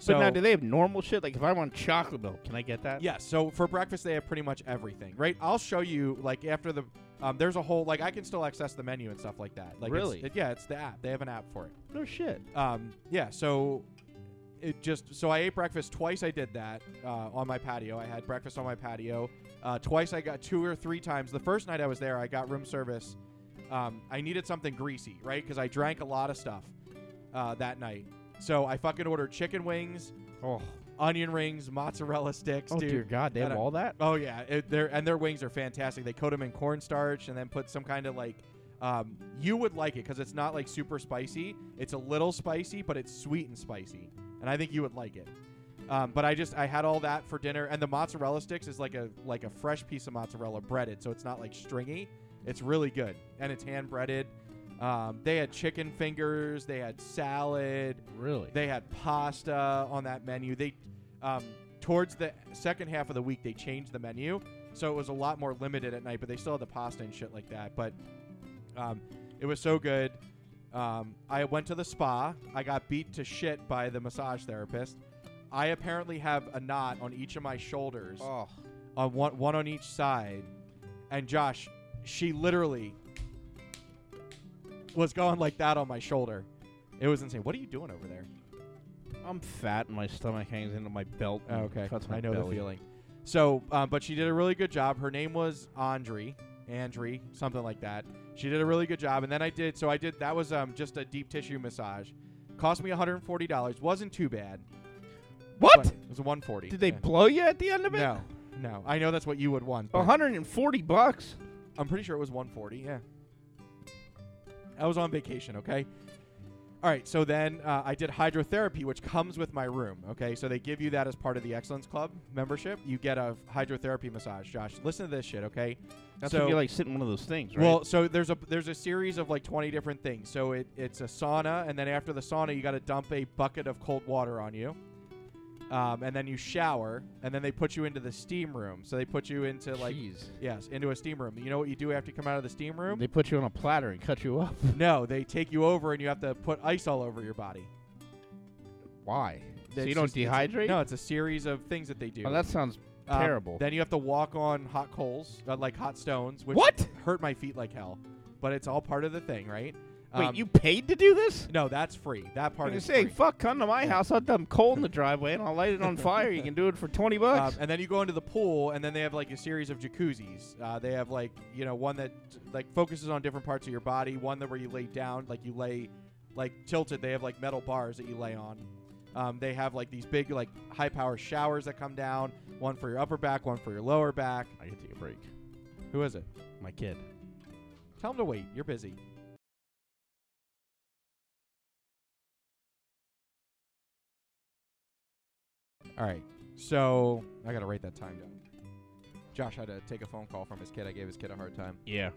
So but now, do they have normal shit? Like, if I want chocolate milk, can I get that? Yes. So for breakfast, they have pretty much everything, right? I'll show you like after the um, there's a whole like I can still access the menu and stuff like that. Like it's- Really? it- yeah, it's the app. They have an app for it. No shit. um, yeah, so it just so I ate breakfast twice. I did that uh, on my patio. I had breakfast on my patio uh, twice. I got two or three times. The first night I was there, I got room service. Um, I needed something greasy, right? Because I drank a lot of stuff uh, that night. So I fucking ordered chicken wings, Oh, onion rings, mozzarella sticks. oh dude. dear God, they that have I- all that. Oh yeah, it, their and their wings are fantastic. They coat them in cornstarch and then put some kind of like. Um, you would like it because it's not like super spicy. It's a little spicy, but it's sweet and spicy, and I think you would like it. Um, but I just I had all that for dinner, and the mozzarella sticks is like a like a fresh piece of mozzarella breaded, so it's not like stringy. It's really good, and it's hand breaded. Um, they had chicken fingers, they had salad, Really? they had pasta on that menu. They um, towards the second half of the week they changed the menu, so it was a lot more limited at night. But they still had the pasta and shit like that. But um, it was so good. Um, I went to the spa. I got beat to shit by the massage therapist. I apparently have a knot on each of my shoulders, oh, on one one on each side. And Josh, she literally was going like that on my shoulder. It was insane. What are you doing over there? I'm fat and my stomach hangs into my belt. Oh, and okay. cuts my I know the belly. feeling. So, um, but she did a really good job. Her name was Andre, Andre, something like that. She did a really good job. And then I did, so I did, that was um, just a deep tissue massage. Cost me $140. Wasn't too bad. What? but It was 140 Did they Yeah. blow you at the end of it? No. No. I know that's what you would want. but 140 bucks. I'm pretty sure it was 140. Yeah. I was on vacation, okay? All right, so then uh, I did hydrotherapy, which comes with my room. Okay, so they give you that as part of the Excellence Club membership. You get a hydrotherapy massage. Josh, listen to this shit, okay? That's so when you like sit in one of those things, right? Well, so there's a there's a series of like 20 different things. So it, it's a sauna, and then after the sauna, you got to dump a bucket of cold water on you, um, and then you shower, and then they put you into the steam room. So they put you into like Jeez. yes, into a steam room. You know what you do after you come out of the steam room? they put you on a platter and cut you up. no, they take you over, and you have to put ice all over your body. Why? So It's you don't just- it's a- dehydrate? no, it's a series of things that they do. Oh, that sounds Um, terrible. Then you have to walk on hot coals, uh, like hot stones, which What? hurt my feet like hell. But it's all part of the thing, right? Wait, Um, you paid to do this? No, that's free. That part You is say, free. fuck, come to my house. I'll dump coal in the driveway and I'll light it on fire. You can do it for 20 Um, bucks. and then you go into the pool, and then they have like a series of jacuzzis. Uh, they have like you know one that like focuses on different parts of your body. One that where you lay down, like you lay like tilted. They have like metal bars that you lay on. Um, they have like these big like high power showers that come down. One for your upper back, one for your lower back. I can take a break. Who is it? My kid. Tell them to wait. You're busy. All right. So I gotta write that time down. Josh had to take a phone call from his kid. I gave his kid a hard time. Yeah.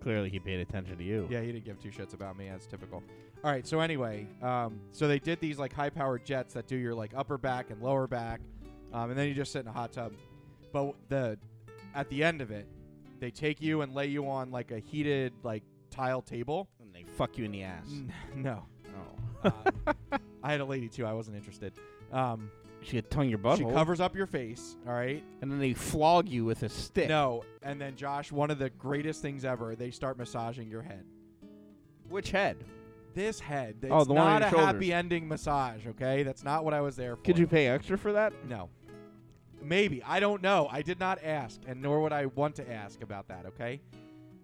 Clearly he paid attention to you. Yeah, he didn't give two shits about me, as typical. All right. So anyway, um, so they did these like high-powered jets that do your like upper back and lower back, um, and then you just sit in a hot tub. But the at the end of it, they take you and lay you on like a heated like tile table. And they fuck you in the ass. N- [laughs] No. [laughs] Oh. I had a lady too. I wasn't interested. Um, she could tongue your butthole. she covers up your face. All right. and then they flog you with a stick. No. And then Josh, one of the greatest things ever, they start massaging your head. Which head? This head. It's Oh, the one on not your a shoulders. happy ending massage. Okay, that's not what I was there for. Could you pay extra for that? No. Maybe I don't know. I did not ask, and nor would I want to ask about that. Okay.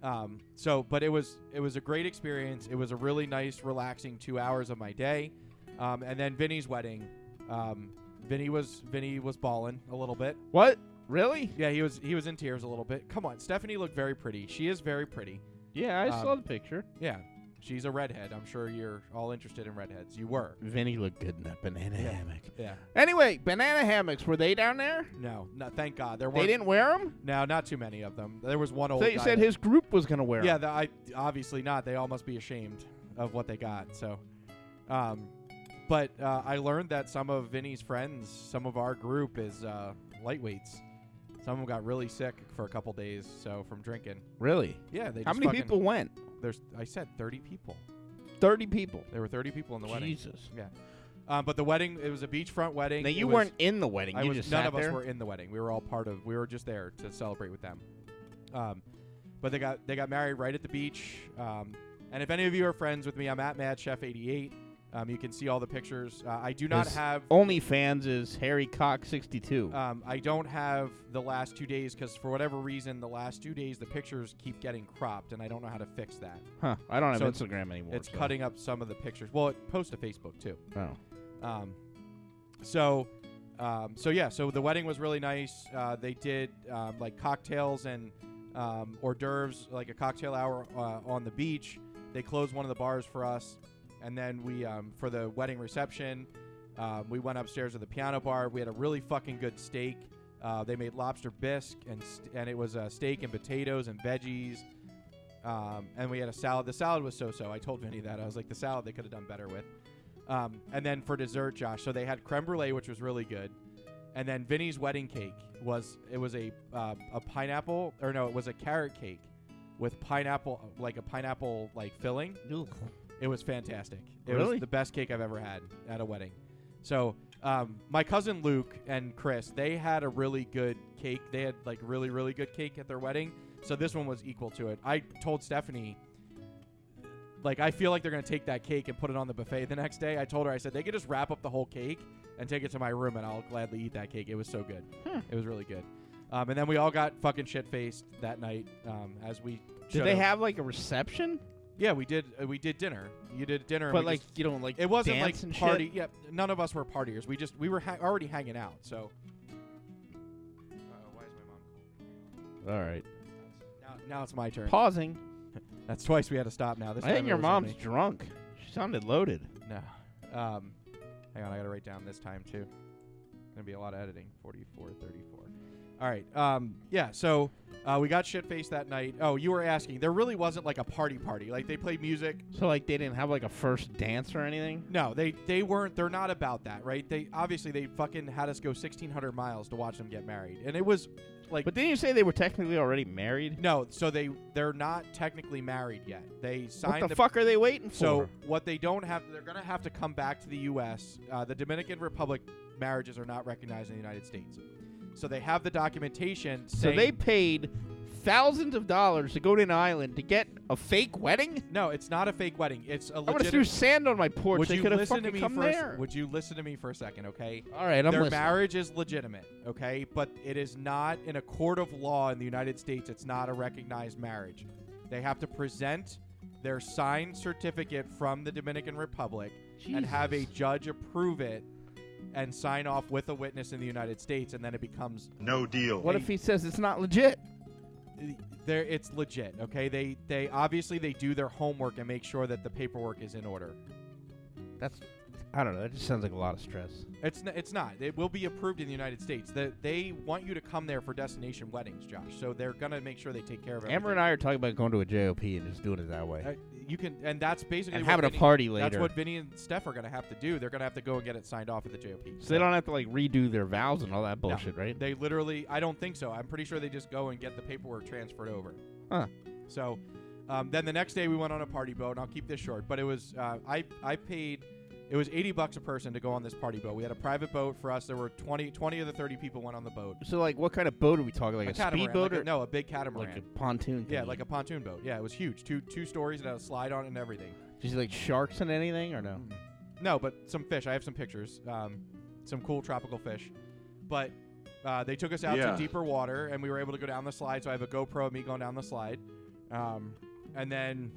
Um, so, but it was it was a great experience. It was a really nice, relaxing two hours of my day. Um, and then Vinny's wedding. Um, Vinny was Vinny was balling a little bit. What? Really? Yeah, he was he was in tears a little bit. Come on, Stephanie looked very pretty. She is very pretty. Yeah, I Um, saw the picture. Yeah, she's a redhead. I'm sure you're all interested in redheads. You were. Vinny looked good in that banana hammock. Yeah. Anyway, banana hammocks, were they down there? No, no. Thank God there They weren't. didn't wear them? No, not too many of them. There was one old. They guy said that- his group was going to wear 'em. Yeah, the, I obviously not. They all must be ashamed of what they got. So, um, but uh, I learned that some of Vinny's friends, some of our group, is uh, lightweights. Some of them got really sick for a couple days, so from drinking. Really? Yeah, they. How just many fucking- people went? There's, I said thirty people. 30 people. There were thirty people in the wedding. Jesus. Um, but the wedding, it was a beachfront wedding. Now, It you was- weren't in the wedding. I you was just none sat of there. us were in the wedding. We were all part of. We were just there to celebrate with them. Um, but they got they got married right at the beach. Um, and if any of you are friends with me, I'm at Mad Chef 88. Um, you can see all the pictures. Uh, I do not His have. OnlyFans is Harry Cock 62. Um, I don't have the last two days because for whatever reason, the last two days the pictures keep getting cropped, and I don't know how to fix that. huh. I don't have so it's- Instagram anymore. it's so- cutting up some of the pictures. Well, it posts to Facebook too. Oh. Um, so, um, so yeah, so the wedding was really nice. Uh, they did um, like cocktails and um, hors d'oeuvres, like a cocktail hour uh, on the beach. They closed one of the bars for us, and then we um, for the wedding reception, um, we went upstairs to the piano bar. We had a really fucking good steak. Uh, they made lobster bisque and st- and it was uh, steak and potatoes and veggies. Um, and we had a salad. The salad was so-so. I told Vinny that. I was like, the salad they could have done better with. Um, and then for dessert, Josh, so they had creme brulee, which was really good. And then Vinny's wedding cake was it was a uh, a pineapple or no, it was a carrot cake with pineapple like a pineapple like filling. It was fantastic. It Really? was the best cake I've ever had at a wedding. So um, my cousin Luke and Chris, they had a really good cake. They had like really really good cake at their wedding. So this one was equal to it. I told Stephanie like I feel like they're gonna take that cake and put it on the buffet the next day. I told her I said they could just wrap up the whole cake and take it to my room and I'll gladly eat that cake. It was so good. Hmm. It was really good. Um, and then we all got fucking shit faced that night um, as we. Did they have like a reception? Yeah, we did. Uh, we did dinner. You did dinner. and But we like just- you don't like it wasn't dance like and party. shit? Yep. None of us were partiers. We just we were ha- already hanging out. So. Uh-oh, why is my mom All right. calling? Now, now it's my turn. Pausing. That's twice we had to stop. Now this. I time think it your was on mom's me. drunk. She sounded loaded. No. Um, hang on, I gotta write down this time too. Gonna be a lot of editing. Forty-four, thirty-four. All right. Um, yeah. So uh, we got shit faced that night. Oh, you were asking. There really wasn't like a party party. Like they played music. So like they didn't have like a first dance or anything. No, they they weren't. They're not about that, right? They obviously they fucking had us go 1,600 miles to watch them get married, and it was like But didn't you say they were technically already married? no. So they they're not technically married yet. They signed what the fuck are they waiting for? So what they don't have, they're gonna have to come back to the U.S. Uh, the Dominican Republic marriages are not recognized in the United States, so they have the documentation. So saying- they paid thousands of dollars to go to an island to get a fake wedding. no, it's not a fake wedding. It's a I would have threw legitimate. sand on my porch. Would they you could have listen fucking to me come for a s- there. Would you listen to me for a second, okay? All right, I'm Their listening. marriage is legitimate, okay? But it is not in a court of law in the United States. It's not a recognized marriage. They have to present their signed certificate from the Dominican Republic and have a judge approve it and sign off with a witness in the United States, and then it becomes No deal. What if he says it's not legit? there. It's legit, okay? They they obviously they do their homework and make sure that the paperwork is in order. That's I don't know. That just sounds like a lot of stress. It's n- it's not. It will be approved in the United States. That they want you to come there for destination weddings, Josh. So they're gonna make sure they take care of it. Amber and I are talking about going to a JOP and just doing it that way. Uh, you can, and that's basically And what having a Vinny- party That's later. what Vinny and Steph are gonna have to do. They're gonna have to go and get it signed off at the JOP. so they don't have to like redo their vows and all that No. bullshit, right? They literally, I don't think so. I'm pretty sure they just go and get the paperwork transferred over. Huh. So, um, then the next day we went on a party boat, and I'll keep this short. But it was, uh, I I paid, it was 80 bucks a person to go on this party boat. We had a private boat for us. There were 20, 20 of the 30 people went on the boat. So like, what kind of boat are we talking? Like a, catamaran, speedboat like a- or no, a big catamaran. like a pontoon? yeah, thingy? like a pontoon boat. Yeah, it was huge. Two two stories. It had a slide on it and everything. Do you see like sharks and anything or no? Hmm. No, but some fish. I have some pictures. Um, some cool tropical fish. But uh, they took us out Yeah. to deeper water, and we were able to go down the slide. So I have a GoPro of me going down the slide, um, and then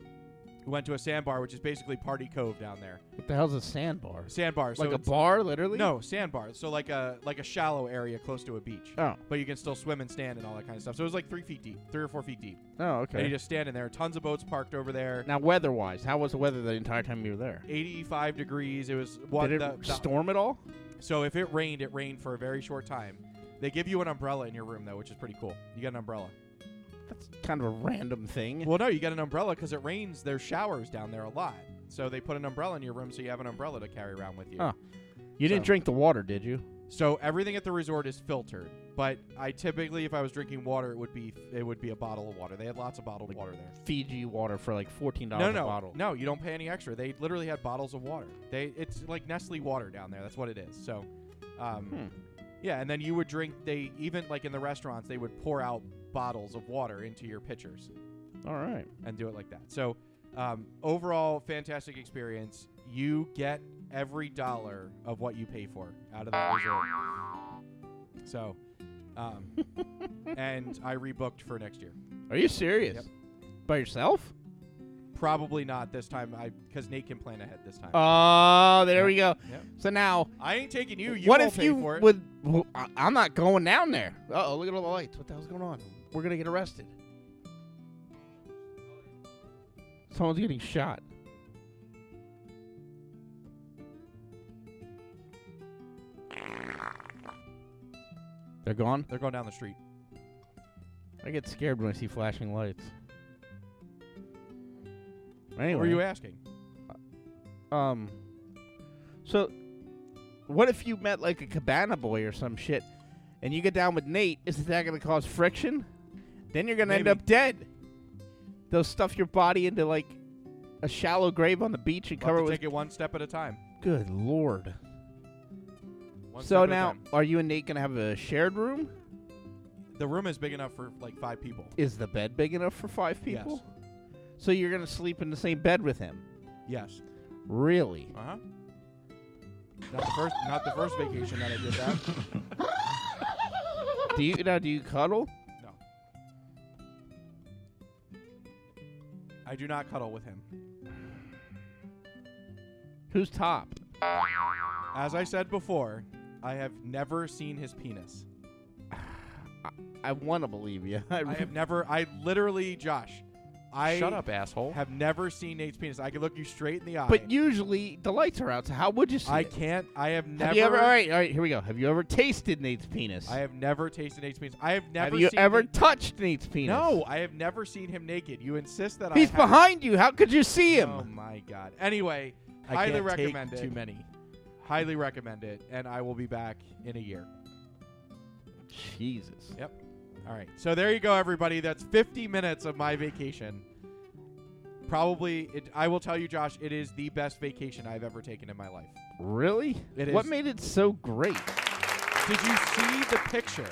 we went to a sandbar, which is basically Party Cove down there. What the hell's a sandbar? Sandbar, so like a it's- bar, literally? No, sandbar. So like a like a shallow area close to a beach. Oh. But you can still swim and stand and all that kind of stuff. So it was like three feet deep, three or four feet deep. Oh, And you okay. just stand in there. Tons of boats parked over there. Now, weather-wise, how was the weather the entire time you were there? 85 degrees. It was what Did it the, the- storm at all? So if it rained, it rained for a very short time. They give you an umbrella in your room though, which is pretty cool. You got an umbrella. That's kind of a random thing. Well, no, you got an umbrella because it rains. There's showers down there a lot, so they put an umbrella in your room so you have an umbrella to carry around with you. Huh. you didn't so- drink the water, did you? So everything at the resort is filtered. But I typically, if I was drinking water, it would be it would be a bottle of water. They had lots of bottled water there. Fiji water for like fourteen dollars a No, no, bottle. no. You don't pay any extra. They literally had bottles of water. They it's like Nestle water down there. That's what it is. So, um, Hmm. yeah. And then you would drink. They even like in the restaurants, they would pour out bottles of water into your pitchers All right. and do it like that. So, um, overall, fantastic experience. You get every dollar of what you pay for out of that resort. So, [laughs] um, and I rebooked for next year. Are you serious? By yourself? Probably not this time. I because Nate can plan ahead this time. Oh, there we go. Yep. So now, I ain't taking you. You what won't if pay you for it. would? Well, I- I'm not going down there. Uh oh, look at all the lights. What the hell's going on? We're gonna get arrested. Someone's getting shot. They're gone. They're going down the street. I get scared when I see flashing lights. Anyway, What were you asking? Um. So, what if you met like a cabana boy or some shit, and you get down with Nate? Isn't that going to cause friction? Then you're going to end Maybe. up dead. They'll stuff your body into like a shallow grave on the beach and We'll have cover it to with. take it one step at a time. Good lord. One so step at a now, time. are you and Nate going to have a shared room? the room is big enough for like five people. Is the bed big enough for five people? So you're going to sleep in the same bed with him? Yes. Really? Uh huh. Not the first. Not the first vacation that I did [laughs] that. Do you now? Do you cuddle? No. I do not cuddle with him. Who's top? As I said before, I have never seen his penis. I want to believe you. [laughs] I have never. I literally, Josh. I Shut up, asshole. have never seen Nate's penis. I can look you straight in the eye. But usually the lights are out, so how would you see I it? can't. I have never. Have you ever? All right, all right. Here we go. Have you ever tasted Nate's penis? I have never tasted Nate's penis. I have never. have you seen ever Nate- touched Nate's penis? no, I have never seen him naked. You insist that I. He's have. behind you. How could you see him? Oh my god. Anyway, I highly can't take recommend it. too many. Highly recommend it, and I will be back in a year. Jesus. Yep. All right. So there you go, everybody. That's 50 minutes of my vacation. Probably, it, I will tell you, Josh, it is the best vacation I've ever taken in my life. Really? It What is. made it so great? Did you see the picture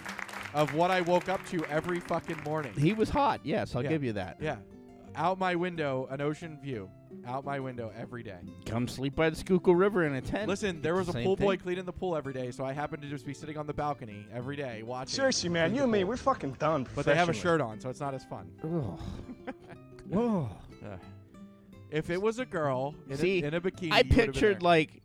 of what I woke up to every fucking morning? He was hot. Yes, I'll Yeah. give you that. Yeah. Out my window, an ocean view. Out my window every day. Come sleep by the Schuylkill River in a tent. Listen, there was It's a the same pool boy thing. cleaning the pool every day, so I happened to just be sitting on the balcony every day watching. Seriously, him man, clean you the and me, pool. we're fucking done. But they have a professionally. shirt on, so it's not as fun. [laughs] Ugh. Ugh. If it was a girl in, See, a, in a bikini, I you would've been pictured there. like,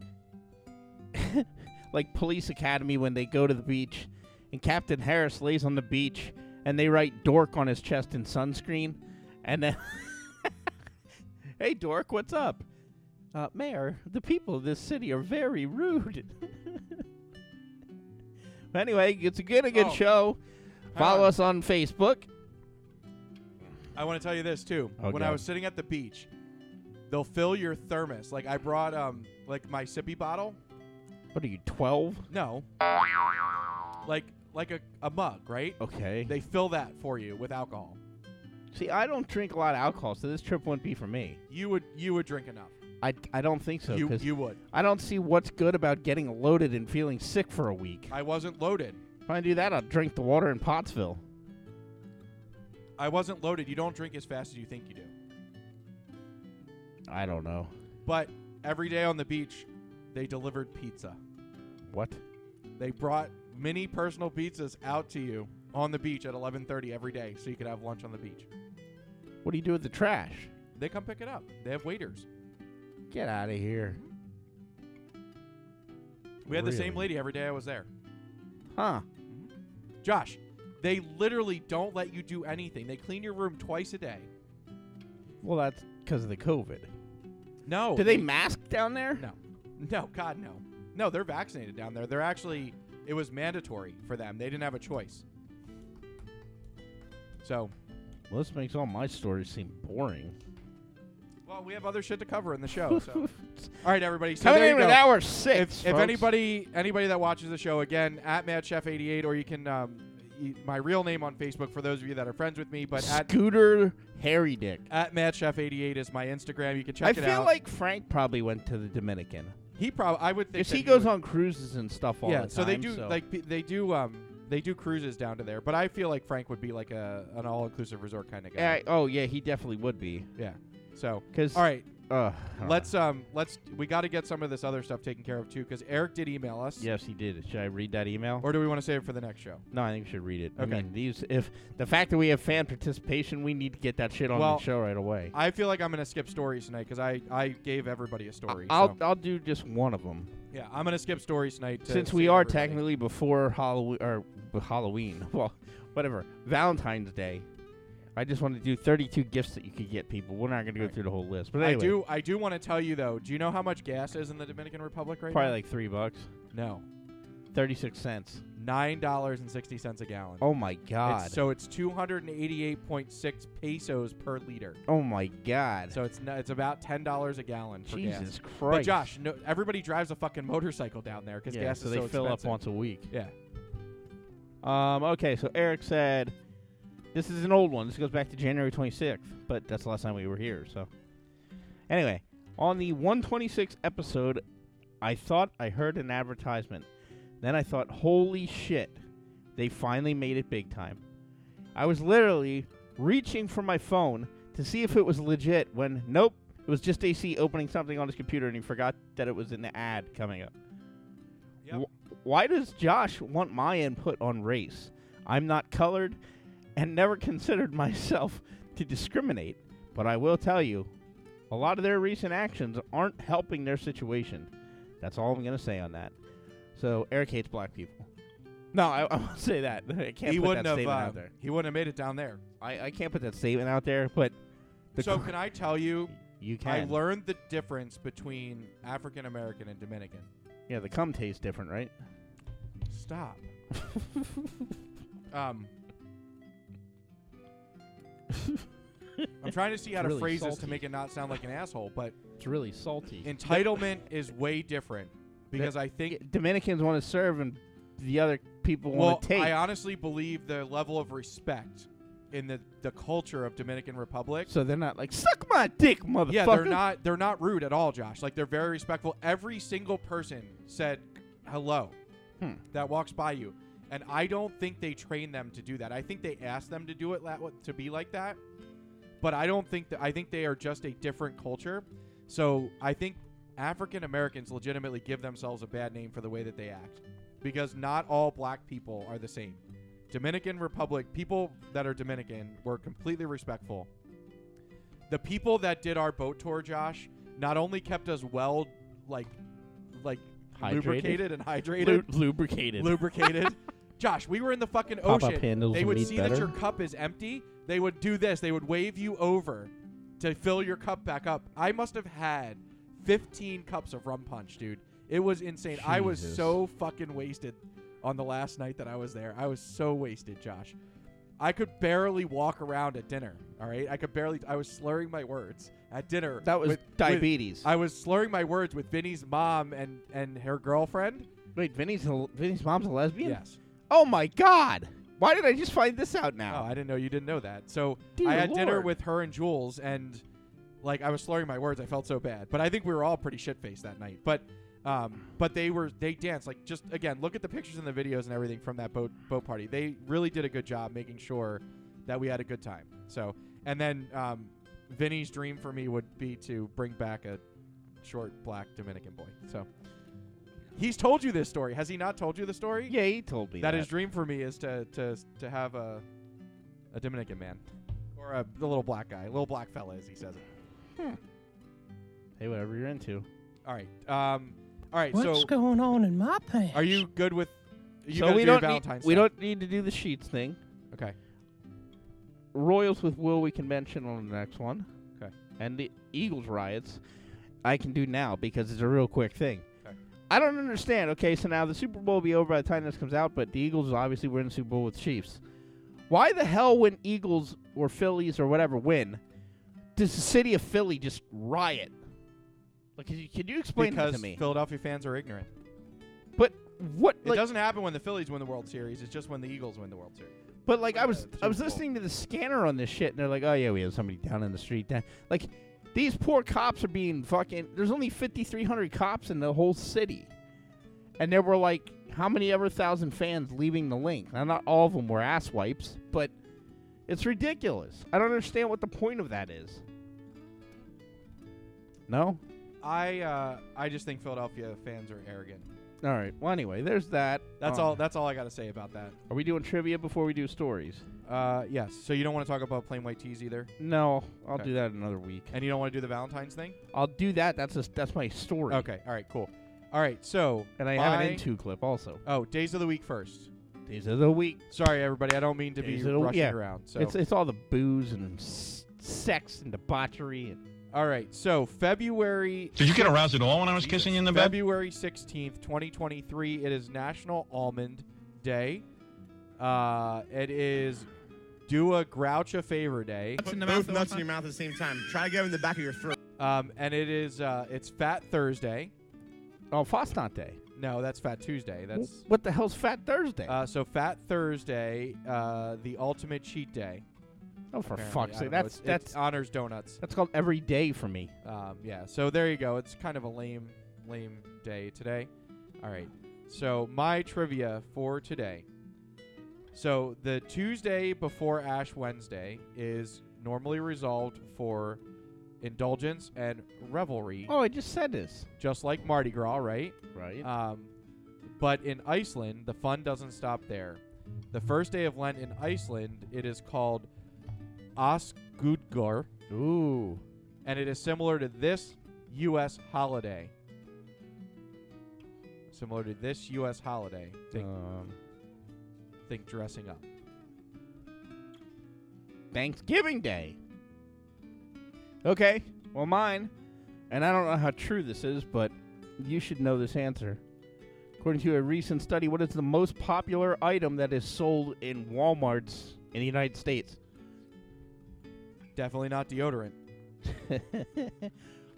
[laughs] like police academy when they go to the beach, and Captain Harris lays on the beach, and they write "dork" on his chest in sunscreen, and then, [laughs] hey dork, what's up? Uh, Mayor, the people of this city are very rude. [laughs] anyway, it's again a good Oh. show. Follow on. us on Facebook. I want to tell you this too. Oh, when I God. was sitting at the beach, they'll fill your thermos. Like I brought um like my sippy bottle. What are you, twelve? No. Like like a, a mug, right? Okay. They fill that for you with alcohol. See, I don't drink a lot of alcohol, so this trip wouldn't be for me. You would you would drink enough. I, I don't think so. you 'cause you would. I don't see what's good about getting loaded and feeling sick for a week. I wasn't loaded. If I do that, I'll drink the water in Pottsville. I wasn't loaded. You don't drink as fast as you think you do. I don't know. But every day on the beach, they delivered pizza. What? They brought mini personal pizzas out to you on the beach at 11:30 every day, so you could have lunch on the beach. What do you do with the trash? They come pick it up. They have waiters. Get out of here. We had the same Really? lady every day I was there. Huh. Josh, they literally don't let you do anything. They clean your room twice a day. Well, that's because of the COVID. No. Do they mask down there? Oh, No. No, God no. No, they're vaccinated down there. They're actually it was mandatory for them. They didn't have a choice. So, Well, this makes all my stories seem boring. well, we have other shit to cover in the show. Oh, [laughs] So, all right, everybody. So Coming there in you with go. hour six. if, if folks. anybody anybody that watches the show again at MadChef88 or you can um, y- my real name on Facebook for those of you that are friends with me, but at Scooter Harry Dick. at MadChef88 is my Instagram. You can check I it feel out. like Frank probably went to the Dominican. he probably I would think Because that he goes would- on cruises and stuff all yeah. the time. so they do like p- they do um they do cruises down to there, but I feel like Frank would be like a an all inclusive resort kind of guy. Yeah, I- oh, yeah, he definitely would be. yeah. So Because. uh, all right, Uh, let's um let's we got to get some of this other stuff taken care of too because Eric did email us. Yes, he did. Should I read that email? Or do we want to save it for the next show? no, I think we should read it. Okay. I mean, these if the fact that we have fan participation, we need to get that shit on Well, the show right away. I feel like I'm gonna skip stories tonight because I, I gave everybody a story. I'll so- I'll do just one of them yeah, I'm gonna skip stories tonight to since we save are everybody. technically before Halloween or b- Halloween. [laughs] Well, whatever Valentine's Day. I just want to do 32 gifts that you could get people. We're not going to go Right. through the whole list, but anyway, I do I do want to tell you though. Do you know how much gas is in the Dominican Republic right probably now? like three bucks, no, 36 cents. nine dollars and sixty cents a gallon. Oh my god! It's- so it's 288.6 pesos per liter. oh my god! So it's n- it's about ten dollars a gallon for gas. Jesus Christ! But Josh, no, everybody drives a fucking motorcycle down there because yeah, gas so is they so fill expensive. up once a week. Yeah. Um, okay, so Eric said, this is an old one. This goes back to January 26th, but that's the last time we were here, so. Anyway, on the 126 episode, I thought I heard an advertisement. Then I thought, holy shit, they finally made it big time. I was literally reaching for my phone to see if it was legit when, nope, it was just AC opening something on his computer and he forgot that it was an ad coming up. Yep. Wh- why does Josh want my input on race? I'm not colored and never [laughs] considered myself to discriminate, but I will tell you, a lot of their recent actions aren't helping their situation. That's all I'm going to say on that. So, Eric hates black people. No, I, [laughs] I won't say that. I can't he put wouldn't that have statement uh, out there. he wouldn't have made it down there. I, I can't put that statement out there, but The so cr- can I tell you? you I can. learned the difference between African American and Dominican. yeah, the cum tastes different, right? [laughs] Stop. um, I'm trying to see how It's to really phrase this to salty. make it not sound like an asshole, but It's really salty. entitlement is way different because I think Dominicans want to serve, and the other people Well, want to take. I honestly believe the level of respect in the, the culture of Dominican Republic. so they're not like suck my dick, motherfucker. yeah, they're not they're not rude at all, Josh. Like they're very respectful. Every single person said hello Hmm. that walks by you, and I don't think they train them to do that. I think they ask them to do it that wa- to be like that, but I don't think that I think they are just a different culture. So I think African Americans legitimately give themselves a bad name for the way that they act because not all black people are the same. Dominican Republic people that are Dominican were completely respectful. The people that did our boat tour, Josh, not only kept us well, like, like Hydrated? lubricated and hydrated, Lu- lubricated. lubricated. [laughs] Josh, we were in the fucking Pop-up ocean. handles they will would read see that better. your cup is empty. They would do this. They would wave you over to fill your cup back up. I must have had 15 cups of rum punch, dude. It was insane. I was Jesus. so fucking wasted on the last night that I was there. I was so wasted, Josh. I could barely walk around at dinner. All right, I could barely. I was slurring my words at dinner. That was with- with- diabetes. I was slurring my words with Vinny's mom and and her girlfriend. Wait, Vinny's a, Vinny's mom's a lesbian. Yes. Oh my god! Why did I just find this out Oh, now? I didn't know you didn't know that. So Dear I had dinner Lord. with her and Jules, and like I was slurring my words. I felt so bad, but I think we were all pretty shit faced that night. But um, but they were they danced like just again look at the pictures and the videos and everything from that boat boat party. They really did a good job making sure that we had a good time. So and then um, Vinny's dream for me would be to bring back a short black Dominican boy. So he's told you this story, has he not told you the story? yeah, he told me Oh. that is dream for me is to to to have a a Dominican man or a, a little black guy, a little black fella as he says it. Hey, whatever you're into. All right, um, all right. so going on in my pants? are you good with? You so gotta we do your don't need, Valentine's we stuff. don't need to do the sheets thing. Okay. Royals with Will we can mention on the next one. 'Kay. And the Eagles riots I can do now because it's a real quick thing. 'Kay. I don't understand. Okay, so now the Super Bowl will be over by the time this comes out, but the Eagles obviously were in the Super Bowl with Chiefs. Why the hell when Eagles or Phillies or whatever win, does the city of Philly just riot? Like, can you, can you explain that Because to me? Philadelphia fans are ignorant. but what? it Like, doesn't happen when the Phillies win the World Series. It's just when the Eagles win the World Series. But like uh, I Yeah, was, the I was Super Bowl. listening to the scanner on this shit, and they're like, "Oh yeah, we have somebody down in the street." Down. Like these poor cops are being fucking. There's only 5,300 cops in the whole city, and there were like how many ever thousand fans leaving the link. Now not all of them were ass wipes, but it's ridiculous. I don't understand what the point of that is. No. I uh, I just think Philadelphia fans are arrogant. All right. Well, anyway, there's that. That's Um, all. That's all I got to say about that. Are we doing trivia before we do stories? Uh, yes. So you don't want to talk about plain white tees either, No, I'll Okay. do that another week. and you don't want to do the Valentine's thing. I'll do that. That's a, that's my story. Okay. All right. Cool. All right. So And I have my- an into clip also. Oh, days of the week first. These are the week. Sorry, everybody. I don't mean to Days be of the- rushing yeah. around. So, It's it's all the booze and s- sex and debauchery. And all right. So February. Did you get aroused at all when I was kissing you in the bed? February sixteenth, twenty twenty-three. It is National Almond Day. Uh, it is do a grouch a favor day, Nuts in the mouth. in your mouth at the same time. Try to get in the back of your throat. um, and it is uh, it's Fat Thursday. oh, Fastante. No, that's Fat Tuesday. That's What the hell's Fat Thursday? uh, so Fat Thursday, uh, the ultimate cheat day. oh, for apparently. fuck's I sake! don't know. That's It's- it's uh, that's honors donuts. that's called every day for me. Um, yeah, so there you go. It's kind of a lame, lame day today. All right. So my trivia for today. So the Tuesday before Ash Wednesday is normally resolved for indulgence and revelry, Oh, I just said this. just like Mardi Gras, right? Right. Um, but in Iceland, the fun doesn't stop there. The first day of Lent in Iceland, it is called Asgudgar Ooh. and it is similar to this U.S. holiday. Similar to this U.S. holiday. Think, Um, think dressing up. Thanksgiving Day. Okay, well, mine, and I don't know how true this is, but you should know this answer. According to a recent study, what is the most popular item that is sold in Walmarts in the United States? [laughs] Definitely not deodorant.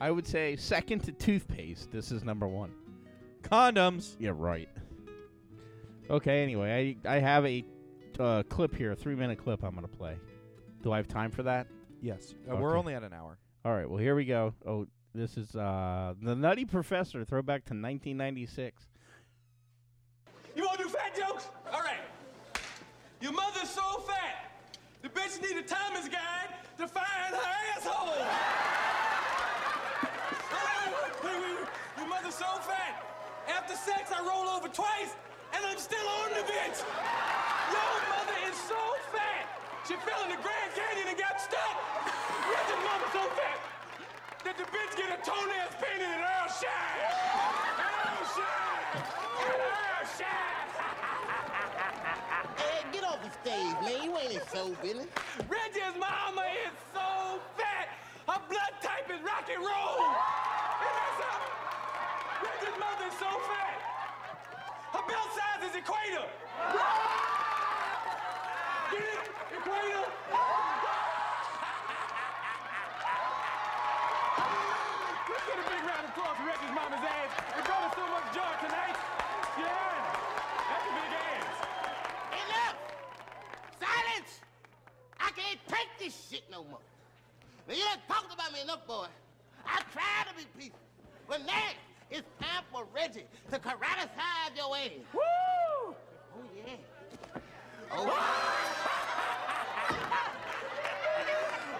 I would say second to toothpaste. This is number one. Condoms. Yeah, right. Okay, anyway, I, I have a uh, clip here, a three minute clip I'm going to play. Do I have time for that? Yes. Uh, We're Okay. only at an hour. All right, well, here we go. Oh, this is uh, The Nutty Professor, throwback to 1996. You wanna do fat jokes? All right. Your mother's so fat, the bitch need a Thomas guide to find her asshole. Wait, wait, wait, wait. Your mother's so fat. After sex, I roll over twice, and I'm still on the bitch. Your mother is so fat. She fell in the Grand Canyon and got stuck. Where's your mother so fat? Did the bitch get her toenails painted in Earl Shine? Earl Shine! Earl Shine! get off the stage, man. You ain't in show business. Reggie's mama is so fat, her blood type is rock and roll. And that's her. Reggie's mother is so fat, her belt size is equator. Get it? Equator? Let's get a big round of applause for Reggie's mama's ass. It brought us so much joy tonight. Yeah, that's a big ass. Enough! Silence! I can't take this shit no more. Now, you done talked about me enough, boy. I tried to be peaceful. But now, it's time for Reggie to karatecize your ass. Woo! Oh, yeah.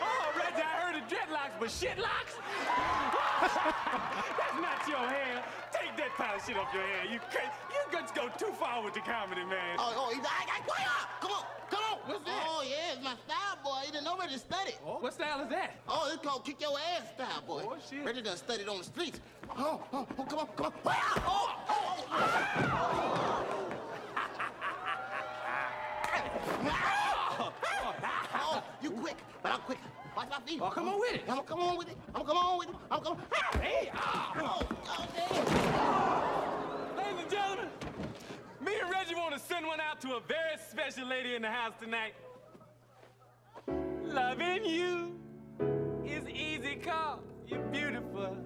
Oh, Reggie, I heard of dreadlocks, but shitlocks? [laughs] That's not your hair. Take that pile of shit off your hair. You crazy. You just go too far with the comedy, man. Oh, oh, he's I, I, wait up! Come on, come on! What's that? Oh, yeah, it's my style, boy. You didn't know where to study. Oh, what style is that? Oh, it's called kick your ass style, boy. Oh, shit. Reggie done studied on the streets. Oh, oh, oh, come on, come on. Wait up! Oh, oh, oh, oh. oh, you quick, but I'm quick. Watch my feet. Oh, come on with it. I'm gonna come on with it. I'm gonna come on with it. I'm gonna come on. Hey, oh, oh, damn. Ladies and gentlemen, me and Reggie want to send one out to a very special lady in the house tonight. Loving you is easy call. You're beautiful.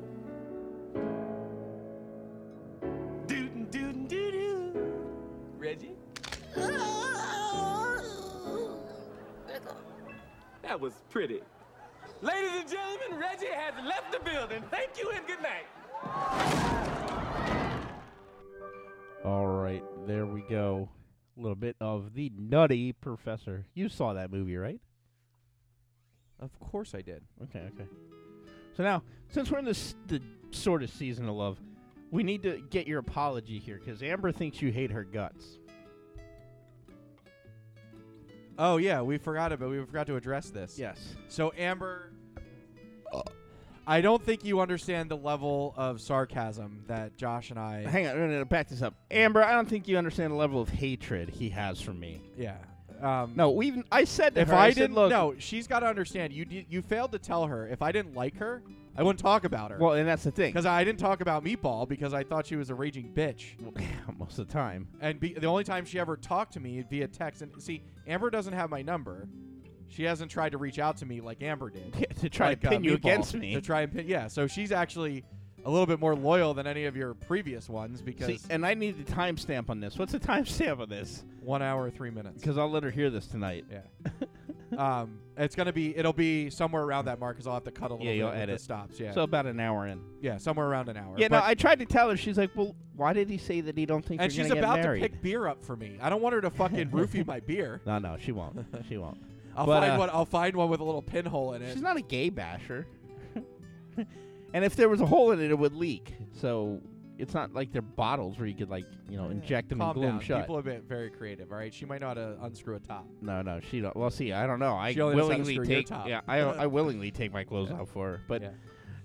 Dootin' dootin' doo doo. Reggie? That was pretty. Ladies and gentlemen, Reggie has left the building. Thank you and good night. All right, there we go. A little bit of the Nutty Professor. You saw that movie, right? Of course I did. Okay, okay. So now, since we're in this the sort of season of love, we need to get your apology here because Amber thinks you hate her guts. Oh yeah, we forgot about we forgot to address this. Yes. So Amber, I don't think you understand the level of sarcasm that Josh and I. Hang on, we're gonna back this up. Amber, I don't think you understand the level of hatred he has for me. Yeah. Um, No, we even I said to if her, I, said, didn't look, no, she's got to understand. You did, you failed to tell her if I didn't like her, I wouldn't talk about her. Well, and that's the thing. because I didn't talk about Meatball because I thought she was a raging bitch. [laughs] most of the time, And be, the only time she ever talked to me via text and see, Amber doesn't have my number. She hasn't tried to reach out to me like Amber did. Yeah, [laughs] to try to Like, uh, pin you Meatball, against me. To try and pin, yeah. So she's actually a little bit more loyal than any of your previous ones because See, and I need the timestamp on this. What's the timestamp on this? one hour three minutes. Because I'll let her hear this tonight. [laughs] Yeah. um, it's gonna be it'll be somewhere around that mark because I'll have to cut a little Yeah, bit you'll with the edit. stops. Yeah. So about an hour in. yeah, somewhere around an hour. Yeah, no, But- I tried to tell her. She's like, "Well, why did he say that he don't think and you're she's gonna about get married?" to pick beer up for me. I don't [laughs] want her to fucking roofie my beer. no, no, she [laughs] won't. She won't. I'll But, find uh, one. I'll find one with a little pinhole in it. She's not a gay basher. [laughs] and if there was a hole in it, it would leak. So it's not like they're bottles where you could like you know inject them Calm and glue down. them shut. People have been very creative. All right, she might know how to unscrew a top. no, no, she don't. Well, see, I don't know. I She only knows how to willingly screw your take. top. Yeah, I [laughs] I willingly take my clothes off for her. But Yeah.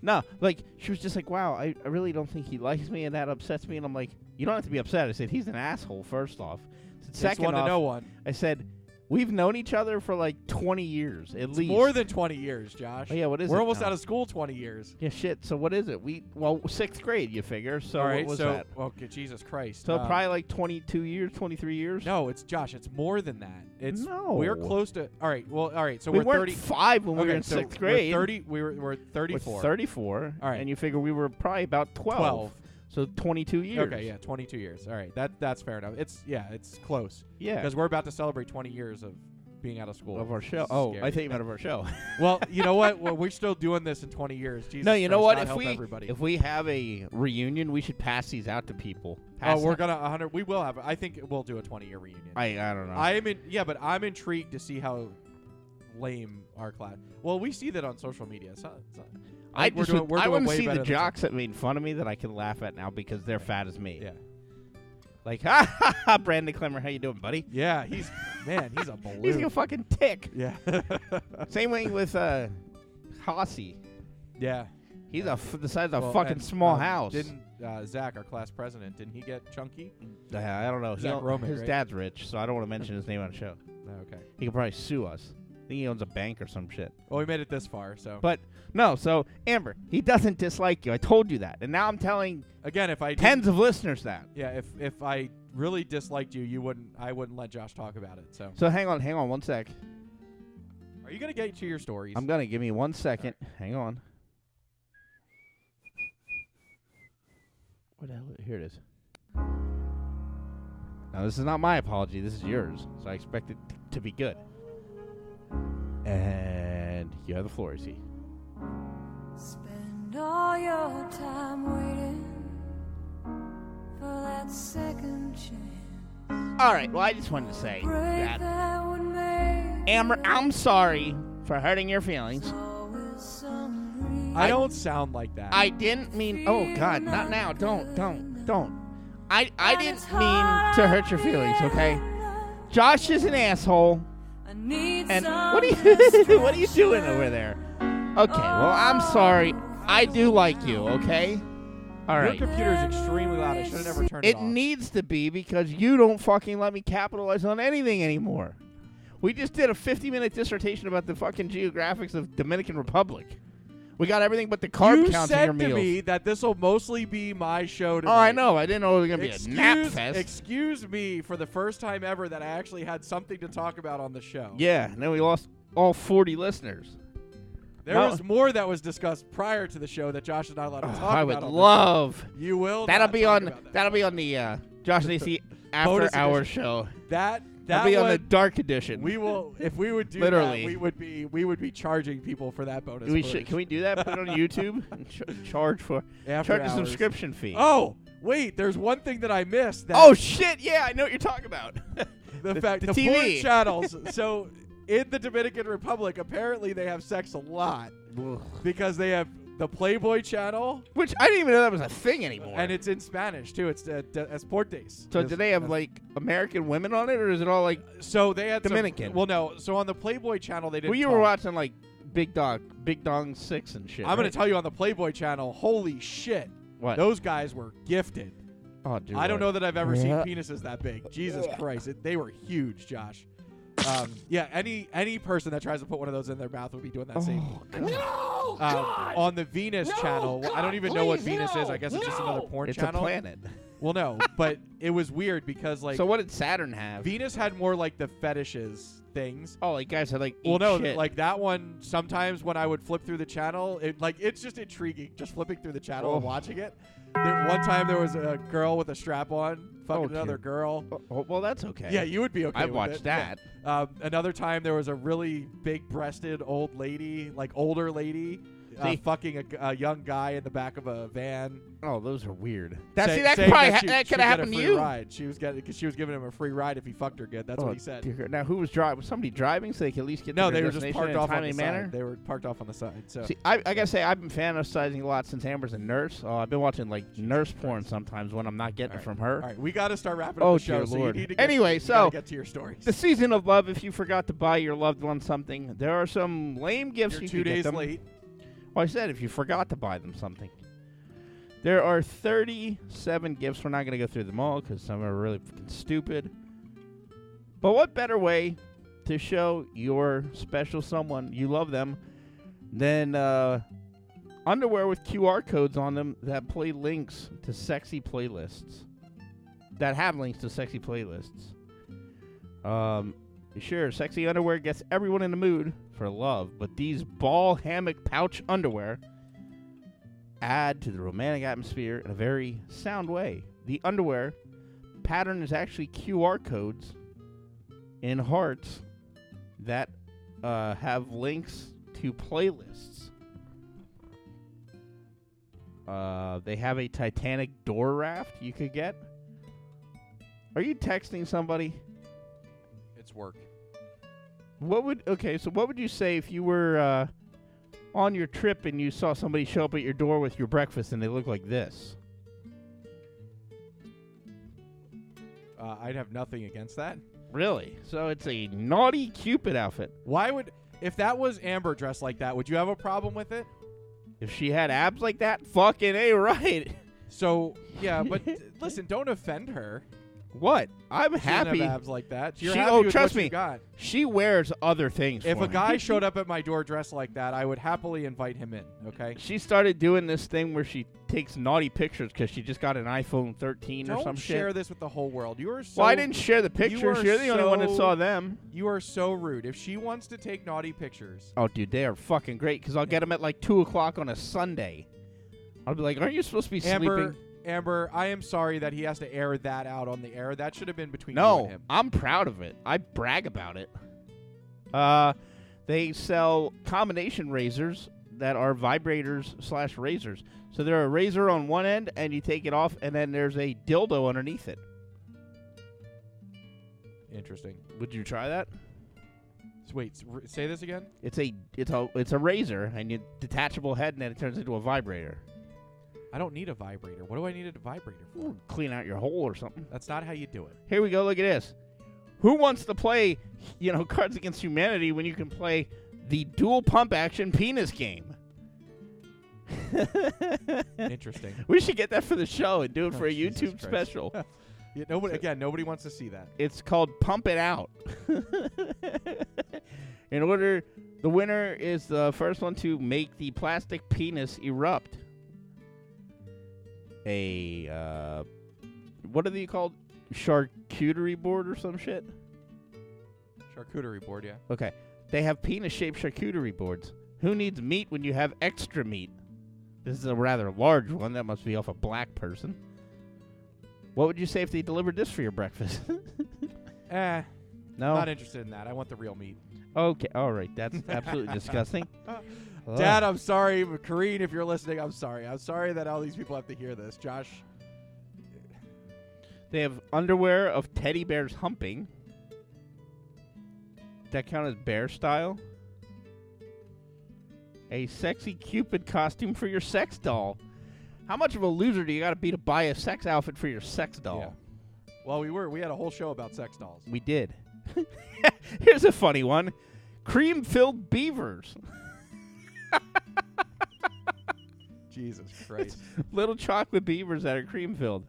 no, like she was just like, "Wow, I, I really don't think he likes me, and that upsets me." And I'm like, "You don't have to be upset." I said, "He's an asshole." First off, Takes second one off, to know one. I said, We've known each other for like 20 years at least. More than 20 years, Josh. Oh, yeah, what is We're it almost now? out of school 20 years. Yeah, shit. So what is it? We well sixth grade, you figure. So All what right, was so that? okay, Jesus Christ. So um, probably like 22 years, 23 years. No, it's Josh. It's more than that. It's No. we're close to. All right, well, all right. So We are weren't 30, five when we were Okay, in so sixth we're grade. 30. We were we're 34. We're 34. All right. And you figure we were probably about 12. 12. So 22 years. Okay, yeah, 22 years. All right, that that's fair enough. It's yeah, it's close. Yeah. because we're about to celebrate 20 years of being out of school Of our show. It's Oh, scary. I think out of our [laughs] show. well, you know what? Well, we're still doing this in 20 years. Jesus no, you know Christ, what? God If help we everybody. if we have a reunion, we should pass these out to people. oh, Pass we're out- gonna 100. We will have. I think we'll do a 20 year reunion. I I don't know. I am in. Yeah, but I'm intrigued to see how lame our class. Well, we see that on social media. It's not, it's not- I we're just doing, would- we're I doing want to way see better the than- jocks that made fun of me that I can laugh at now because they're fat as me. Yeah. Like [laughs] ha ha ha, Brandon Clemmer, how you doing, buddy? Yeah, he's man, [laughs] he's a balloon. He's a fucking tick. Yeah. [laughs] Same way with uh, Hossie. yeah. He's a f- the size of Well, a fucking and, small um, house. Didn't uh, Zach, our class president, didn't he get chunky? Uh, I don't know. He Zach don't- Roman, his right? dad's rich, so I don't want to mention his name on the show. okay. He could probably sue us. I think he owns a bank or some shit. Well, we made it this far, so. But no, so Amber, he doesn't dislike you. I told you that, and now I'm telling again, if I tens didn't- of listeners that. yeah, if if I really disliked you, you wouldn't. I wouldn't let Josh talk about it. So, So hang on, hang on, one sec. are you gonna get to your stories? I'm gonna give me one second. Hang on. What the hell? Here it is. Now this is not my apology. This is yours. So I expect it t- to be good. And you have the floor, see. Spend all your time waiting for that second chance. All right. Well, I just wanted to say Break that that would make Amber, I'm sorry for hurting your feelings. always some I don't sound like that. I didn't mean. Oh God, not now. Don't, don't, don't. I I didn't mean to hurt your feelings. Okay. Josh is an asshole. I need And some what are you [laughs] what are you doing over there? Okay. Well, I'm sorry. I do like you. Okay. All your right. computer is extremely loud. I should have never turned it, It off. needs to be because you don't fucking let me capitalize on anything anymore. We just did a 50 minute dissertation about the fucking geographics of Dominican Republic. We got everything but the carb you counts said in your meals. to me that this will mostly be my show oh, tonight. I know. I didn't know it was going to be excuse, a nap fest. excuse me for the first time ever that I actually had something to talk about on the show. yeah, and then we lost all 40 listeners. There No. Oh, was more that was discussed prior to the show that Josh is not allowed to talk I about. would on the show. love. You will. That'll not be talk on. about That. will be on the uh, Josh and [laughs] AC after Bonus hour edition. show. That that That'll be on the would- dark edition. We will if we would do Literally. that, we would be we would be charging people for that bonus. we footage. should, can we do that? Put it [laughs] on YouTube and ch- charge for After charge a hours. subscription fee. Oh wait, there's one thing that I missed. That Oh shit! Yeah, I know what you're talking about. [laughs] The, fact the, porn TV channels. so in the Dominican Republic, apparently they have sex a lot because they have the Playboy channel, which I didn't even know that was a thing anymore. and it's in Spanish too. It's uh, de- Esportes. so do they have like American women on it, or is it all like? So they had some- Dominican. well, no. So on the Playboy channel, they didn't. well, you talk. were watching like Big Dog, Big Dong Six and shit. I'm gonna right? tell you on the Playboy channel. Holy shit! What? those guys were gifted. Oh, dude, I don't know that I've ever seen Yeah. penises that big. Jesus Christ, it, they were huge, Josh. Um, yeah, any any person that tries to put one of those in their mouth would be doing that same. Oh. thing. Um, on the Venus channel, I don't even know what Venus is. I guess it's just another porn It's a channel. planet. [laughs] Well, no, but it was weird because like. so what did Saturn have? Venus had more like the fetishes things. Oh, like guys had like. Well, eat no, shit. like that one. Sometimes when I would flip through the channel, it like it's just intriguing. Just flipping through the channel and Oh. watching it. There, one time there was a girl with a strap on fucking Okay. another girl. Oh, well, that's okay. Yeah, you would be okay. I with watched it. that. Yeah. Um, another time there was a really big-breasted old lady, like older lady, uh, See? fucking a, g- a young guy in the back of a van. Oh, those are weird. That say- see, that could saying probably that, ha- she- that she could would get have a happened to free you. Ride. She was getting because she was giving him a free ride if he fucked her good. That's oh, what he said. dear. Now, who was driving? Was somebody driving so they could at least get No, to their they were just destination parked in a off on timely the manner? side. They were parked off on the side. So See, I, I gotta say, I've been fantasizing a lot since Amber's a nurse. Oh, I've been watching like nurse porn sometimes when I'm not getting it from her. All right, we got to start wrapping Oh, up the show. dear so you Lord. need to get- Anyway, you gotta so- get to your stories. The season of love. If you forgot to buy your loved one something, there are some lame gifts You're you two can days get them. late. Well, I said if you forgot to buy them something. There are 37 gifts. We're not going to go through them all because some are really fucking stupid. But what better way to show your special someone you love them, then uh, underwear with QR codes on them that play links to sexy playlists that have links to sexy playlists. Um, sure, sexy underwear gets everyone in the mood for love, but these ball hammock pouch underwear add to the romantic atmosphere in a very sound way. The underwear pattern is actually QR codes in hearts that uh, have links to playlists. Uh, they have a Titanic door raft you could get. Are you texting somebody? It's work. What would okay? So what would you say if you were uh, on your trip and you saw somebody show up at your door with your breakfast and they look like this? Uh, I'd have nothing against that. Really? So it's a naughty Cupid outfit. Why would if that was Amber dressed like that? Would you have a problem with it? If she had abs like that, fucking a right. [laughs] So yeah, but listen, don't offend her. What? I'm She doesn't have happy. abs like that. You're she, happy oh, with trust what you me. got. She wears other things. If for a me. [laughs] guy showed up at my door dressed like that, I would happily invite him in. Okay. she started doing this thing where she takes naughty pictures because she just got an iPhone 13 Don't or some share shit. this with the whole world. You are so. Well, I didn't share the you pictures. are You're the only one that so- saw them. You are so rude. If she wants to take naughty pictures, Oh, dude, they are fucking great because I'll get them at like two o'clock on a Sunday. I'll be like, "Aren't you supposed to be Amber, sleeping?" Amber, I am sorry that he has to air that out on the air. That should have been between you and No, him. I'm proud of it. I brag about it. Uh, they sell combination razors that are vibrators slash razors. So they're a razor on one end, and you take it off, and then there's a dildo underneath it. Interesting. Would you try that? So wait, s- r- say this again. It's a it's a it's a razor, and you detachable head, and then it turns into a vibrator. I don't need a vibrator. What do I need a vibrator for? Clean out your hole or something. That's not how you [laughs] do it. Here we go. Look at this. Who wants to play, you know, [laughs] Cards Against Humanity when you can play the dual pump action penis [laughs] game? Interesting. We should get that for the show and do it [laughs] for Oh, a Jesus YouTube Christ. special. [laughs] Yeah, nobody, again, nobody wants to see that. It's called Pump It Out. [laughs] In order, the winner is the first one to make the plastic penis erupt. A uh, what are they called? Charcuterie board or some shit? Charcuterie board, yeah. Okay. They have penis shaped charcuterie boards. Who needs meat when you have extra meat? This is a rather large one. That must be off a black person. What would you say if they delivered this for your breakfast? [laughs] Eh, no. not interested in that. I want the real meat. okay. All right. That's [laughs] absolutely disgusting. Ugh. Dad, I'm sorry, but Kareen, if you're listening, I'm sorry. I'm sorry that all these people have to hear this. Josh, They have underwear of teddy bears humping. That count as bear style. A sexy cupid costume for your sex doll. How much of a loser do you got to be to buy a sex outfit for your sex doll? well, we were we had a whole show about sex dolls. We did. [laughs] Here's a funny one: cream-filled beavers. [laughs] Jesus Christ. little chocolate beavers that are cream filled.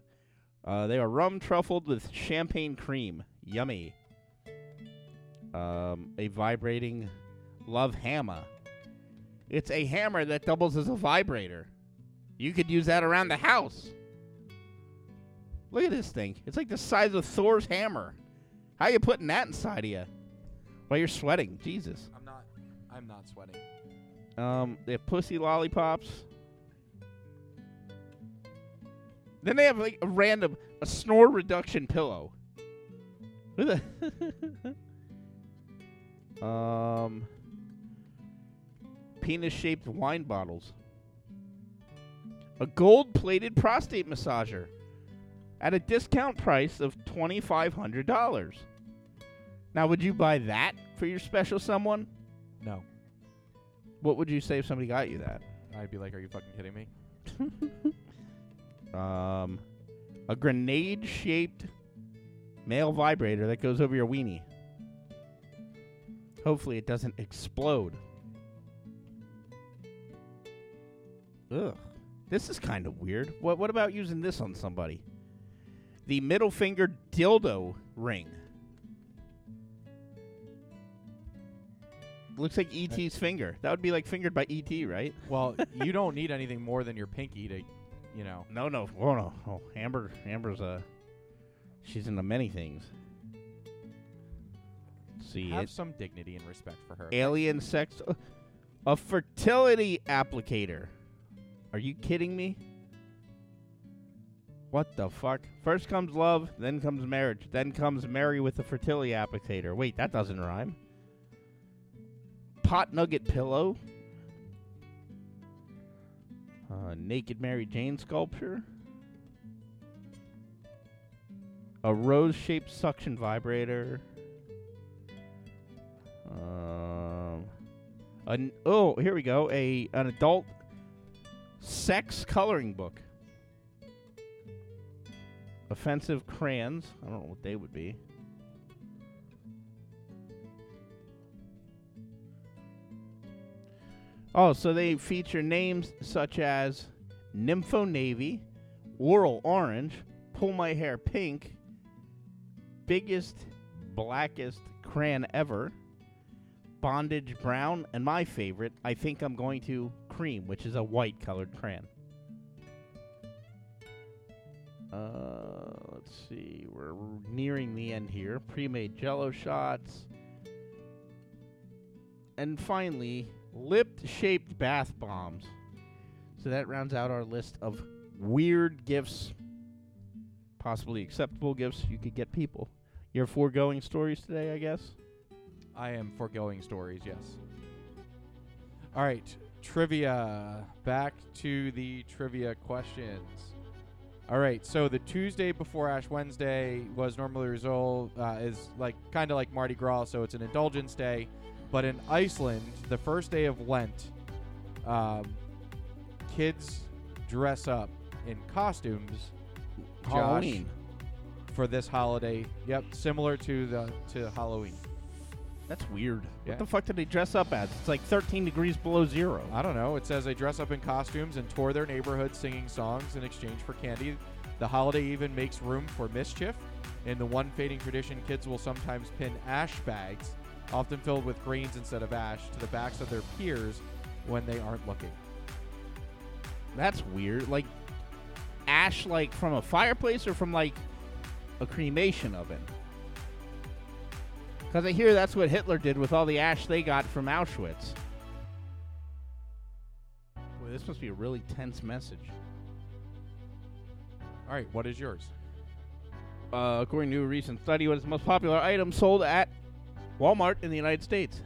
Uh, they are rum truffled with champagne cream. Yummy. Um, a vibrating love hammer. It's a hammer that doubles as a vibrator. You could use that around the house. Look at this thing. It's like the size of Thor's hammer. How you putting that inside of you? While you're sweating, Jesus. I'm not. I'm not sweating. Um, they have pussy lollipops. Then they have like a random a snore reduction pillow. Who the- [laughs] um, penis shaped wine bottles. A gold plated prostate massager at a discount price of twenty five hundred dollars. Now, would you buy that for your special someone? No, What would you say if somebody got you that? I'd be like, are you fucking kidding me? Um, a grenade shaped male vibrator that goes over your weenie. Hopefully, it doesn't explode. Ugh. This is kind of weird. What, what about using this on somebody? The middle finger dildo ring. Looks like ET's finger. That would be like fingered by ET, right? Well, you don't need anything more than your pinky to, you know. No, no, oh no, oh, Amber, Amber's uh, she's into many things. See Have it. some dignity and respect for her. Alien sex, uh, a fertility applicator. Are you kidding me? What the fuck? First comes love, then comes marriage, then comes Mary with a fertility applicator. Wait, that doesn't rhyme. Pot nugget pillow. Uh, naked Mary Jane sculpture. A rose shaped suction vibrator. Um, an, oh, here we go. A an adult sex coloring book. Offensive crayons. I don't know what they would be. Oh, so they feature names such as Nympho Navy, Oral Orange, Pull My Hair Pink, Biggest Blackest Crayon Ever, Bondage Brown, and my favorite, I think I'm going to Cream, which is a white colored crayon. Uh, let's see. We're nearing the end here. Pre-made Jello shots, and finally, lip-shaped bath bombs. So that rounds out our list of weird gifts, possibly acceptable gifts you could get people. You're foregoing stories today, I guess. I am foregoing stories, yes. All right, trivia. Back to the trivia questions. All right, so the Tuesday before Ash Wednesday was normally resolved uh, is like kind of like Mardi Gras, so it's an indulgence day. But in Iceland, the first day of Lent, um, kids dress up in costumes. Josh, Halloween. for this holiday. Yep, similar to the to Halloween. That's weird. Yeah. What the fuck did they dress up as? It's like 13 degrees below zero. I don't know. It says they dress up in costumes and tour their neighborhood singing songs in exchange for candy. The holiday even makes room for mischief. In the one fading tradition, kids will sometimes pin ash bags, often filled with grains instead of ash, to the backs of their peers when they aren't looking. That's weird. Like ash, like from a fireplace or from like a cremation oven. Because I hear that's what Hitler did with all the ash they got from Auschwitz. Boy, this must be a really tense message. All right, what is yours? Uh, according to a recent study, what is the most popular item sold at Walmart in the United States?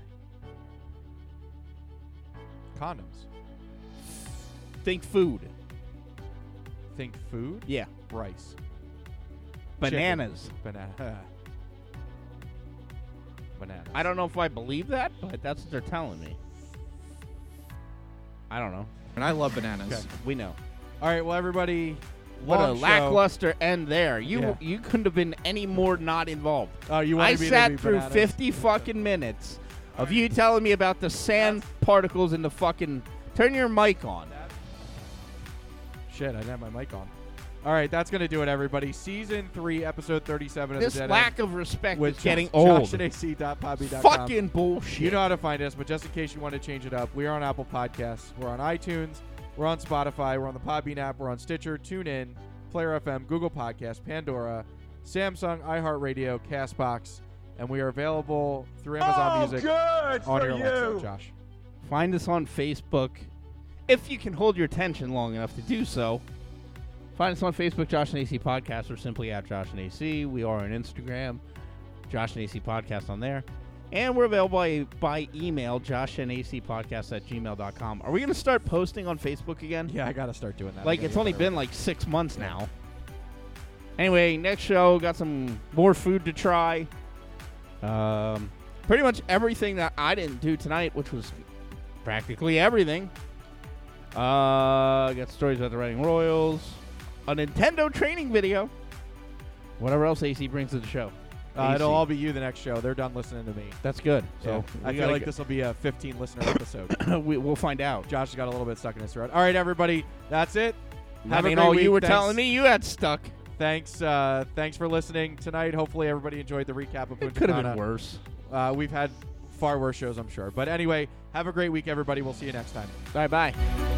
Condoms. Think food. Think food? Yeah. Rice. Bananas. Chicken. Banana. [laughs] Bananas. I don't know if I believe that, but that's what they're telling me. I don't know. And I love bananas. We know. All right, well, everybody. What a long show. lackluster end there. You Yeah. you couldn't have been any more not involved. Oh, you wanted I me to sat be through bananas. 50 fucking minutes of you telling me about the sand particles in the fucking. Turn your mic on. Shit, I didn't have my mic on. All right, that's gonna do it, everybody. Season three, episode thirty-seven of This the Dead lack End of respect with is getting Josh, old. JoshAC.podbean.com. Fucking bullshit. You know how to find us, but just in case you want to change it up, we are on Apple Podcasts, we're on iTunes, we're on Spotify, we're on the Podbean app, we're on Stitcher, TuneIn, Player FM, Google Podcasts, Pandora, Samsung, iHeartRadio, Castbox, and we are available through Oh, Amazon Music on your Alexa, Josh. Find us on Facebook. If you can hold your attention long enough to do so, find us on Facebook, Josh and AC Podcast, or simply at Josh and AC. We are on Instagram, Josh and AC Podcast on there. And we're available by, by email, Josh and AC Podcast at gmail.com. Are we going to start posting on Facebook again? Yeah, I gotta start doing that. I Like, gotta it's get only better with been like six months now. Anyway, next show, got some more food to try. Um, pretty much everything that I didn't do tonight, which was practically everything. Uh, got stories about the Reading Royals, a Nintendo training video, whatever else AC brings to the show. that. Uh, it'll AC. all be you the next show. They're done listening to me. That's good. So So I we feel gotta like get- this will be a 15 listener episode. [laughs] [coughs] we, we'll find out. Josh got a little bit stuck in his throat. All right, everybody, that's it. I Have a mean, great all week. you were Thanks- telling me you had stuck. Thanks, uh, thanks for listening tonight. Hopefully, everybody enjoyed the recap of Punta Could have been Cana. worse. Uh, we've had far worse shows, I'm sure. But anyway, have a great week, everybody. We'll see you next time. Bye bye.